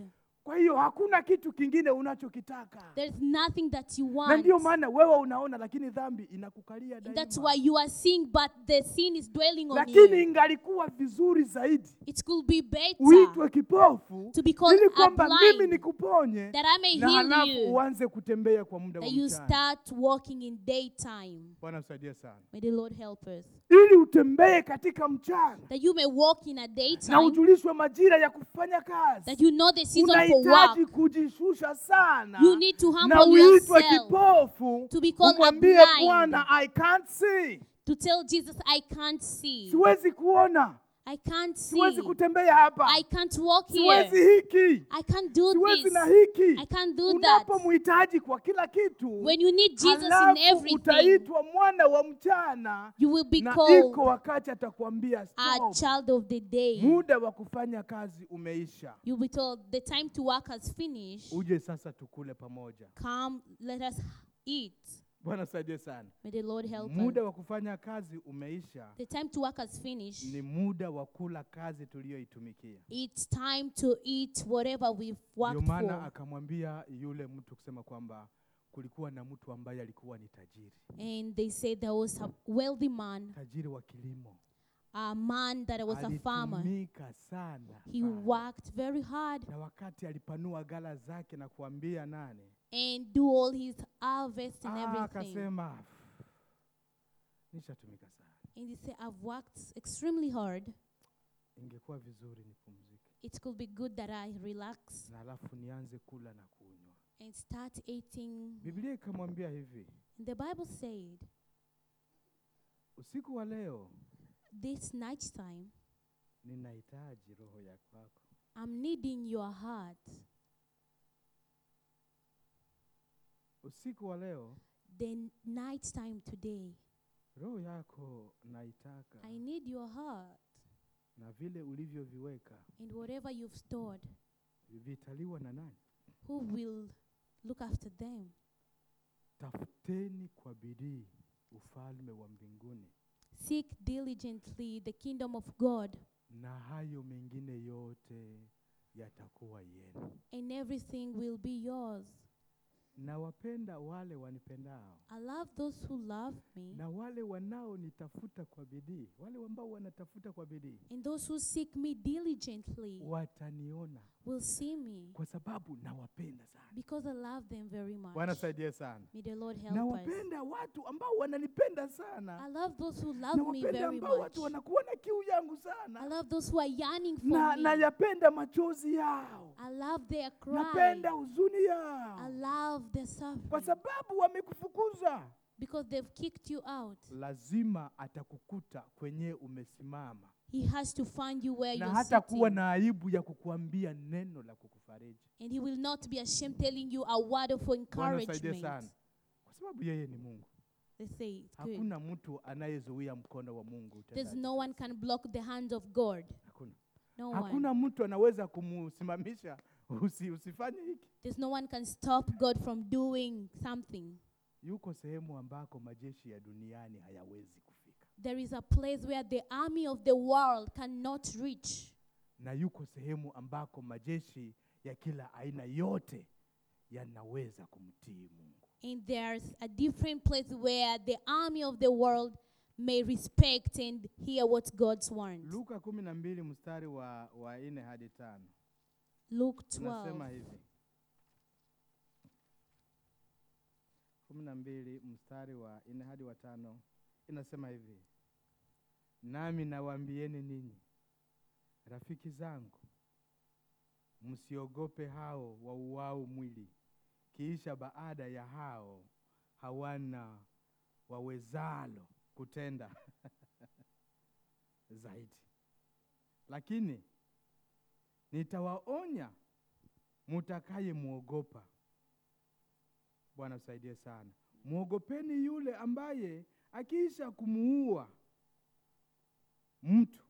kwa hiyo hakuna kitu kingine unachokitaka
There's nothing that you
na
want.
ndio maana wewe unaona lakini dhambi inakukalia
And That's
daima
why you are seeing, but the sin is dwelling on
lakini
you.
ingalikuwa vizuri zaidi
It could be better
uitwe kipofu
To be called
ili
a
kwamba
blind,
mimi nikuponye
that I may
na
heal
halafu
you,
uanze kutembea kwa muda wa
that you
mchana.
start walking in daytime.
bwana msaidie sana
May the Lord help us.
ili utembee katika mchana
That you may walk in a
na
daytime,
ujulishwe majira ya kufanya
that
kazi
you know the season for work.
unahitaji kujishusha sana
You need to
na
humble
uitwe
yourself
kipofu
to be called a
umwambie
blind.
bwana i can't see
to tell Jesus, I can't see.
siwezi kuona
I can't see.
siwezi kutembea hapa
I can't walk here.
siwezi hiki
I can't do
siwezi
this.
na
I
hiki
can't do that.
unapomhitaji kwa kila kitu
When you need Jesus in
halafu
everything,
utaitwa mwana wa mchana
you will be
na iko
called
wakati atakwambia
a
stop.
child of the day.
muda wa kufanya kazi umeisha
You'll be told the time to work has finished.
uje sasa tukule pamoja
Come, let us eat.
bwana saidie sana
May the Lord help
muda
us.
wa kufanya kazi umeisha
The time to work has finished.
ni muda wa kula kazi tuliyoitumikia
It's time to eat whatever we've
ndio
worked
maana
for.
akamwambia yule mtu kusema kwamba kulikuwa na mtu ambaye alikuwa ni tajiri
And they said there was a wealthy man,
tajiri wa kilimo
a man that was a farmer.
alitumika sana
He
sana.
worked very hard
na wakati alipanua gala zake na kuambia nani
and do all his harvest and
Ah,
everything.
akasema "Pff, nishatumika sana
And he said, I've worked extremely hard.
ingekuwa vizuri nipumzike
It could be good that I relax
na halafu nianze kula na kunywa
and start eating.
biblia ikamwambia hivi
And the Bible said,
usiku wa leo
This night time,
ninahitaji roho ya kwako
I'm needing your heart.
usiku wa leo
The night time today,
roho yako naitaka
I need your heart.
na vile ulivyoviweka
And whatever you've stored,
vitaliwa na nani
who will look after them?
tafuteni kwa bidii ufalme wa mbinguni
Seek diligently the kingdom of God,
na hayo mengine yote yatakuwa yenu
and everything will be yours.
nawapenda wale wanipendao
I love those who love me,
na wale wanaonitafuta kwa bidii wale ambao wanatafuta kwa bidii
and those who seek me diligently
wataniona
will see me
kwa sababu nawapenda sana
because I love them very
bwana
much.
saidie sana
May the Lord help us.
nawapenda watu ambao wananipenda
I
sana
love those who love me
nawapenda
very
ambao
much.
watu wanakuwa na kiu yangu
I
sana
love those who are yearning
na
for me.
nayapenda machozi yao
I love their cry.
napenda huzuni
I
yao
love their
kwa
suffering
sababu wamekufukuza
because they've kicked you out.
lazima atakukuta kwenye umesimama
He has to find you where
na
you're
hata kuwa
sitting.
na aibu ya kukuambia neno la kukufariji
And he will not be ashamed telling you a word of
bwana saidie sana
encouragement.
kwa sababu yeye ni mungu
They say it's good.
hakuna mtu anayezuia mkono wa mungu
There's
utendaji.
no one can block the hand of God.
hakuna
No one.
hakuna mtu anaweza kumusimamisha usi, usifanye hiki
There's no one can stop God from doing something.
yuko sehemu ambako majeshi ya duniani hayawezi kufika
There is a place where the army of the world cannot reach.
na yuko sehemu ambako majeshi ya kila aina yote yanaweza kumtii mungu
And there's a different place where the army of the world may respect and hear what God's wants.
luka kumi na mbili mstari wa, wa nne hadi tano
Luke 12.
tunasema hivi kumi na mbili mstari wa nne hadi wa tano inasema hivi nami nawaambieni ninyi rafiki zangu msiogope hao wauao mwili kiisha baada ya hao hawana wawezalo kutenda zaidi lakini nitawaonya mutakaye mwogopa bwana usaidie sana mwogopeni yule ambaye akiisha kumuua mtu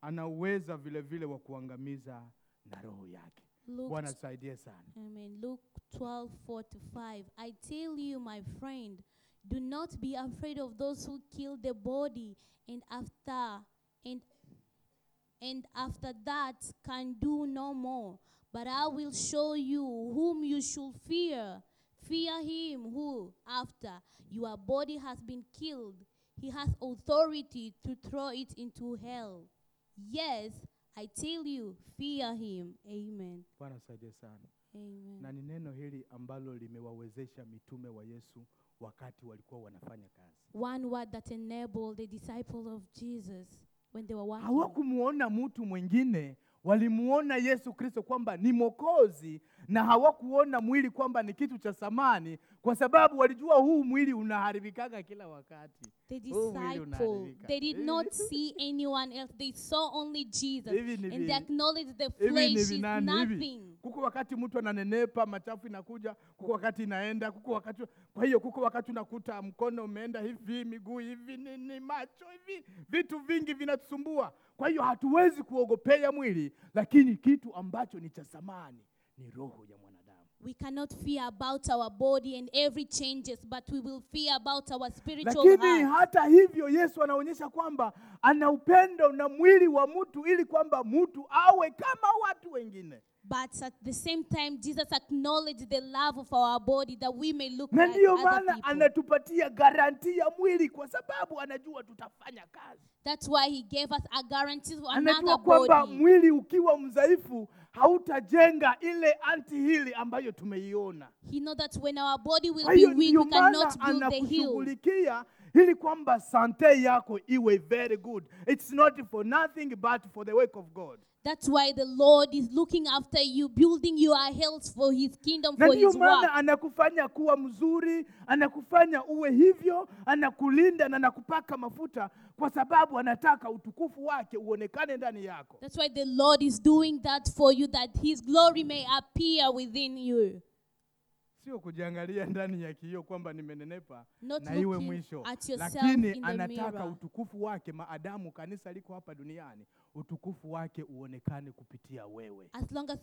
ana uweza vile vile wa kuangamiza na roho yake
Luke
bwana usaidie sana
Amen. Um, Luke 12, 4 to 5. I tell you, my friend, do not be afraid of those who kill the body and after and and after that can do no more. But I will show you whom you should fear. Fear him who, after your body has been killed, he has authority to throw it into hell. Yes, I tell you, fear him. Amen.
bwana usaidie sana
Amen.
na ni neno hili ambalo limewawezesha mitume wa yesu wakati walikuwa wanafanya kazi
one word that enabled the disciple of Jesus when they were working.
hawakumuona mtu mwingine walimuona yesu kristo kwamba ni mwokozi na hawakuona mwili kwamba ni kitu cha thamani, kwa sababu walijua huu mwili unaharibikaga kila wakati.
The
Huu
disciple,
mwili unaharibika.
they did not see anyone else. They saw only Jesus.
Hivi ni
And
vi-
they acknowledged the
hivi
flesh
ni
is
vinani, hivi.
nothing.
Kuko wakati mtu ananenepa, machafu inakuja, kuko wakati inaenda, kuko wakati. Kwa hiyo kuko wakati unakuta mkono umeenda hivi, miguu hivi, nini, macho hivi, vitu vingi vinatusumbua. Kwa hiyo hatuwezi kuogopea mwili, lakini kitu ambacho ni cha thamani ni roho ya mwanadamu.
We cannot fear about our body and every changes, but we will fear about our spiritual
lakini
heart.
hata hivyo yesu anaonyesha kwamba ana upendo na mwili wa mtu ili kwamba mtu awe kama watu wengine
But at the same time, Jesus acknowledged the love of our body that we may look
na
like
ndiyo
other
maana
people.
anatupatia garanti ya mwili kwa sababu anajua tutafanya kazi
That's why he gave us a guarantee for another
anajua kwamba
body.
mwili ukiwa mdhaifu hautajenga ile anti hili ambayo tumeiona
He knows that when our body will
kwa
be
hiyo
weak,
ndiyo
we
maana
cannot build the hill.
anakushughulikia ili kwamba sante yako iwe very good it's not for nothing but for the work of god
That's why the Lord is looking after you, building your health for His kingdom,
na
for
ndiyo
His work.
maana anakufanya kuwa mzuri anakufanya uwe hivyo anakulinda na anakupaka mafuta kwa sababu anataka utukufu wake uonekane ndani yako
That's why the Lord is doing that for you, that His glory may appear within you.
sio kujiangalia ndani ya kioo kwamba nimenenepa
Not
na iwe
looking
mwisho
at yourself in
lakini
the
anataka
mirror.
utukufu wake maadamu kanisa liko hapa duniani utukufu wake uonekane kupitia wewe
As long as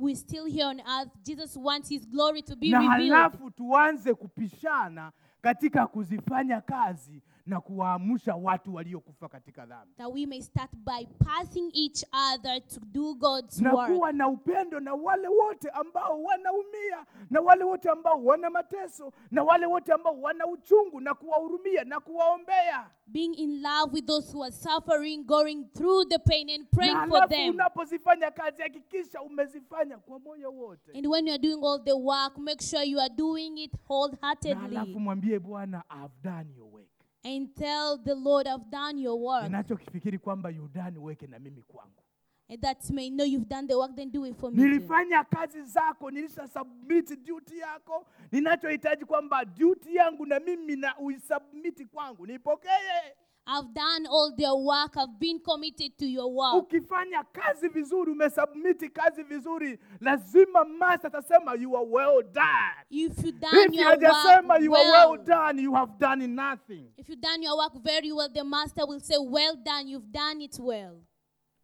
we're still here on earth, Jesus wants His glory to be
na
revealed.
halafu tuanze kupishana katika kuzifanya kazi na kuwaamsha watu waliokufa katika dhambi
That we may start by passing each other to do God's
na
work.
kuwa na upendo na wale wote ambao wanaumia na wale wote ambao wana mateso na wale wote ambao wana uchungu na kuwahurumia na kuwaombea
Being in love with those who are suffering, going through the pain, and praying
na
for
halafu
them.
unapozifanya kazi hakikisha umezifanya kwa moyo wote
And when you're doing all the work, make sure you are doing it
na halafu
wholeheartedly
mwambie bwana I've done your work
and tell the Lord, I've done your work.
ninachokifikiri kwamba you done weke na mimi kwangu
And that may know you've done the work, then do it for me. too.
nilifanya kazi zako nilisha submit duty yako ninachohitaji kwamba duty yangu na mimi na uisubmiti kwangu nipokee
I've done all the work, I've been committed to your work.
ukifanya kazi vizuri umesubmiti kazi vizuri lazima masa atasema you are well done
If you've done
if
your
hajasema
work
you are well
well,
done you have done nothing
if you've done your work very well, the master will say, Well done, you've done it well.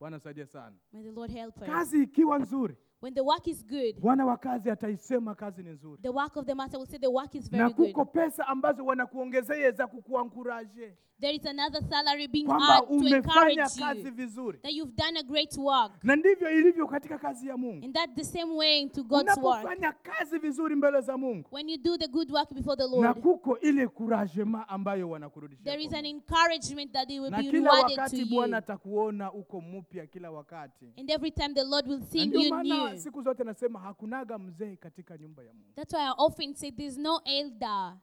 bwana saidie sana
May the Lord help us.
kazi ikiwa nzuri
When the work is good,
bwana wa kazi ataisema kazi ni nzuri
the work of the master will say, The work is
na
very good.
kuko pesa ambazo wanakuongezea za kukuankuraje
There is another salary being
kwamba
added to encourage
umefanya kazi
you
vizuri
that you've done a great work.
na ndivyo ilivyo katika kazi ya mungu
And that's the same way into God's work.
unapofanya kazi vizuri mbele za mungu
When you do the good work before the
na
Lord,
kuko ile kurajema ambayo wanakurudishia
there is
kwa
an
Mungu.
encouragement that it will
na
be
kila
rewarded to
wakati
you.
bwana atakuona uko mpya kila wakati
And every time the Lord will
Na
sing
ndio
you
maana
new.
siku zote nasema hakunaga mzee katika nyumba ya mungu
That's why I often say there's no elder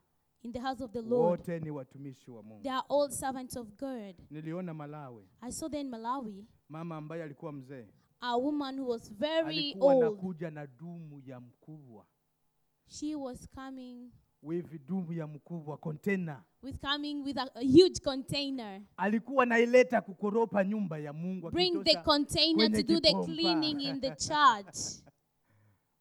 in the house of the Lord.
wote ni watumishi wa mungu
They are all servants of God.
niliona malawi
I saw there in Malawi
mama ambaye alikuwa mzee
a woman who was very
alikuwa
old.
anakuja na dumu ya mkubwa
She was coming
wivi dumu ya mkubwa kontena
with coming with a, a huge container.
alikuwa anaileta kukoropa nyumba ya mungu
Bring the
akitosha-
container to
kwenye
do the
kibomba.
cleaning in the church.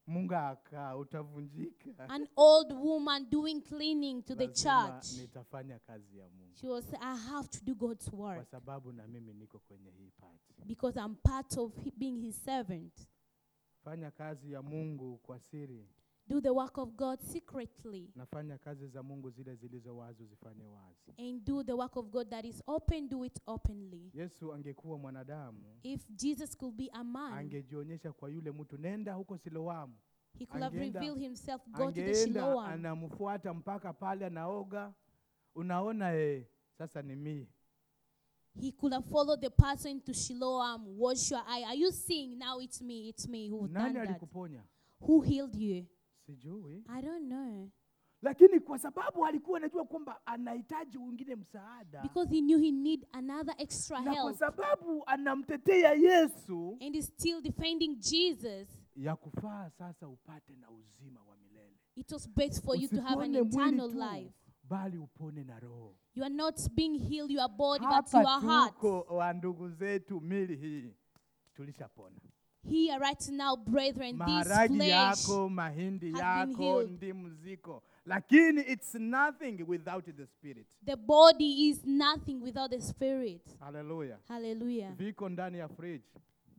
mungu akaa utavunjika
an old woman doing cleaning to the
Lazima
church.
nitafanya kazi ya mungu
She was, I have to do God's
kwa
work
sababu na mimi niko kwenye hii pati
because I'm part of hi- being His servant.
fanya kazi ya mungu kwa siri
Do the work of God secretly
nafanya kazi za mungu zile zilizo wazi uzifanye wazi
and do the work of God that is open, do it openly.
yesu angekuwa mwanadamu
If Jesus could be a man,
angejionyesha kwa yule mtu nenda huko siloamu
he could have
angeenda-
revealed himself, go to the
angeenda
Shiloh.
anamfuata mpaka pale anaoga unaona eh, sasa ni mie
He could have followed the person to Shiloam. Wash your eye. Are you seeing? Now it's me, it's me who done
nani
that.
alikuponya
Who healed you?
sijui
I don't know.
lakini kwa sababu alikuwa anajua kwamba anahitaji wengine msaada
Because he knew he need another extra
na kwa
help.
sababu anamtetea yesu
and is still defending Jesus,
ya kufaa sasa upate na uzima wa milele
It was best for you to have an
Usipone mwili
eternal
tu,
life.
bali upone na roho
You are not being healed, your body, but your
hapa
heart.
tuko wa ndugu zetu mili hii tulishapona
Here, right now, brethren, this
maharagi
flesh.
yako mahindi
has been
yako
healed.
ndimu ziko lakini it's nothing without the spirit
The body is nothing without the spirit.
haleluya
Hallelujah.
viko ndani ya fridge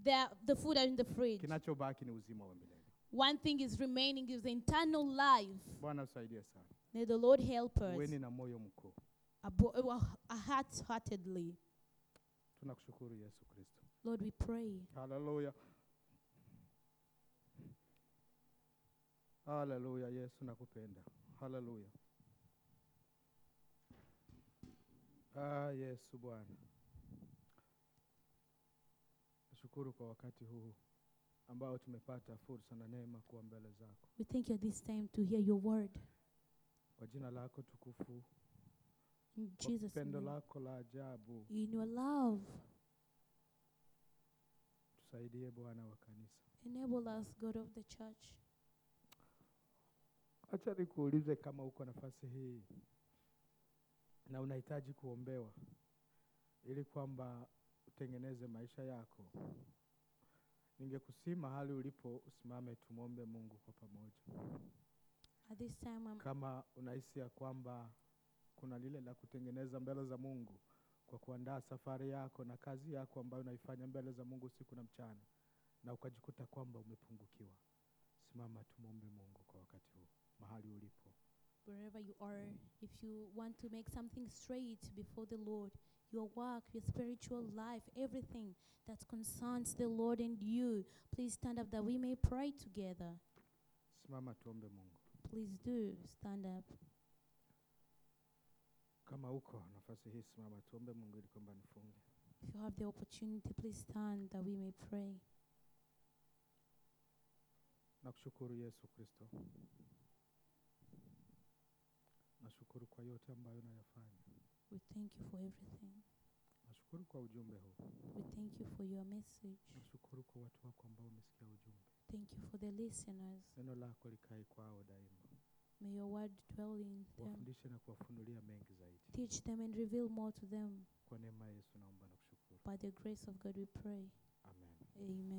The, the food are in the fridge.
kinachobaki ni uzima wa milele
One thing is remaining is the internal life.
bwana usaidie sana
May the Lord help us.
uweni na moyo mkuu
Abo- uh, heart-heartedly.
tunakushukuru yesu kristo
Lord, we pray.
haleluya haleluya yesu nakupenda haleluya ah, yesu bwana nashukuru kwa wakati huu ambao tumepata fursa na neema kuwa mbele zako
We thank you at this time to hear your word.
kwa jina lako tukufu
In
kwa
Jesus'
pendo
name.
lako la ajabu
In your love,
tusaidie bwana wa kanisa
enable us, God of the church.
Acha nikuulize kama uko nafasi hii na unahitaji kuombewa ili kwamba utengeneze maisha yako. Ningekusii mahali ulipo usimame, tumwombe Mungu kwa pamoja.
At this time, I'm
Kama unahisi ya kwamba kuna lile la kutengeneza mbele za Mungu kwa kuandaa safari yako na kazi yako ambayo unaifanya mbele za Mungu usiku na mchana, na ukajikuta kwamba umepungukiwa, simama tumwombe Mungu kwa wakati huu mahali ulipo.
wherever you are, if you want to make something straight before the Lord, your work, your spiritual life, everything that concerns the Lord and you, please stand up that we may pray together.
Simama tuombe Mungu.
Please do stand up.
Kama uko nafasi hii, simama tuombe Mungu ili kwamba nifunge.
If you have the opportunity, please stand that we may pray.
Nakushukuru Yesu Kristo, nashukuru kwa yote ambayo unayafanya.
We thank you for everything.
Nashukuru kwa ujumbe huu,
We thank you for your message.
nashukuru kwa watu wako ambao wamesikia ujumbe.
Thank you for the listeners.
Neno lako likae kwao daima,
May your word dwell in them.
wafundishe na kuwafunulia mengi zaidi.
Teach them and reveal more to them.
Kwa neema ya Yesu naomba na kushukuru,
By the grace of God, we pray.
amen.
Amen.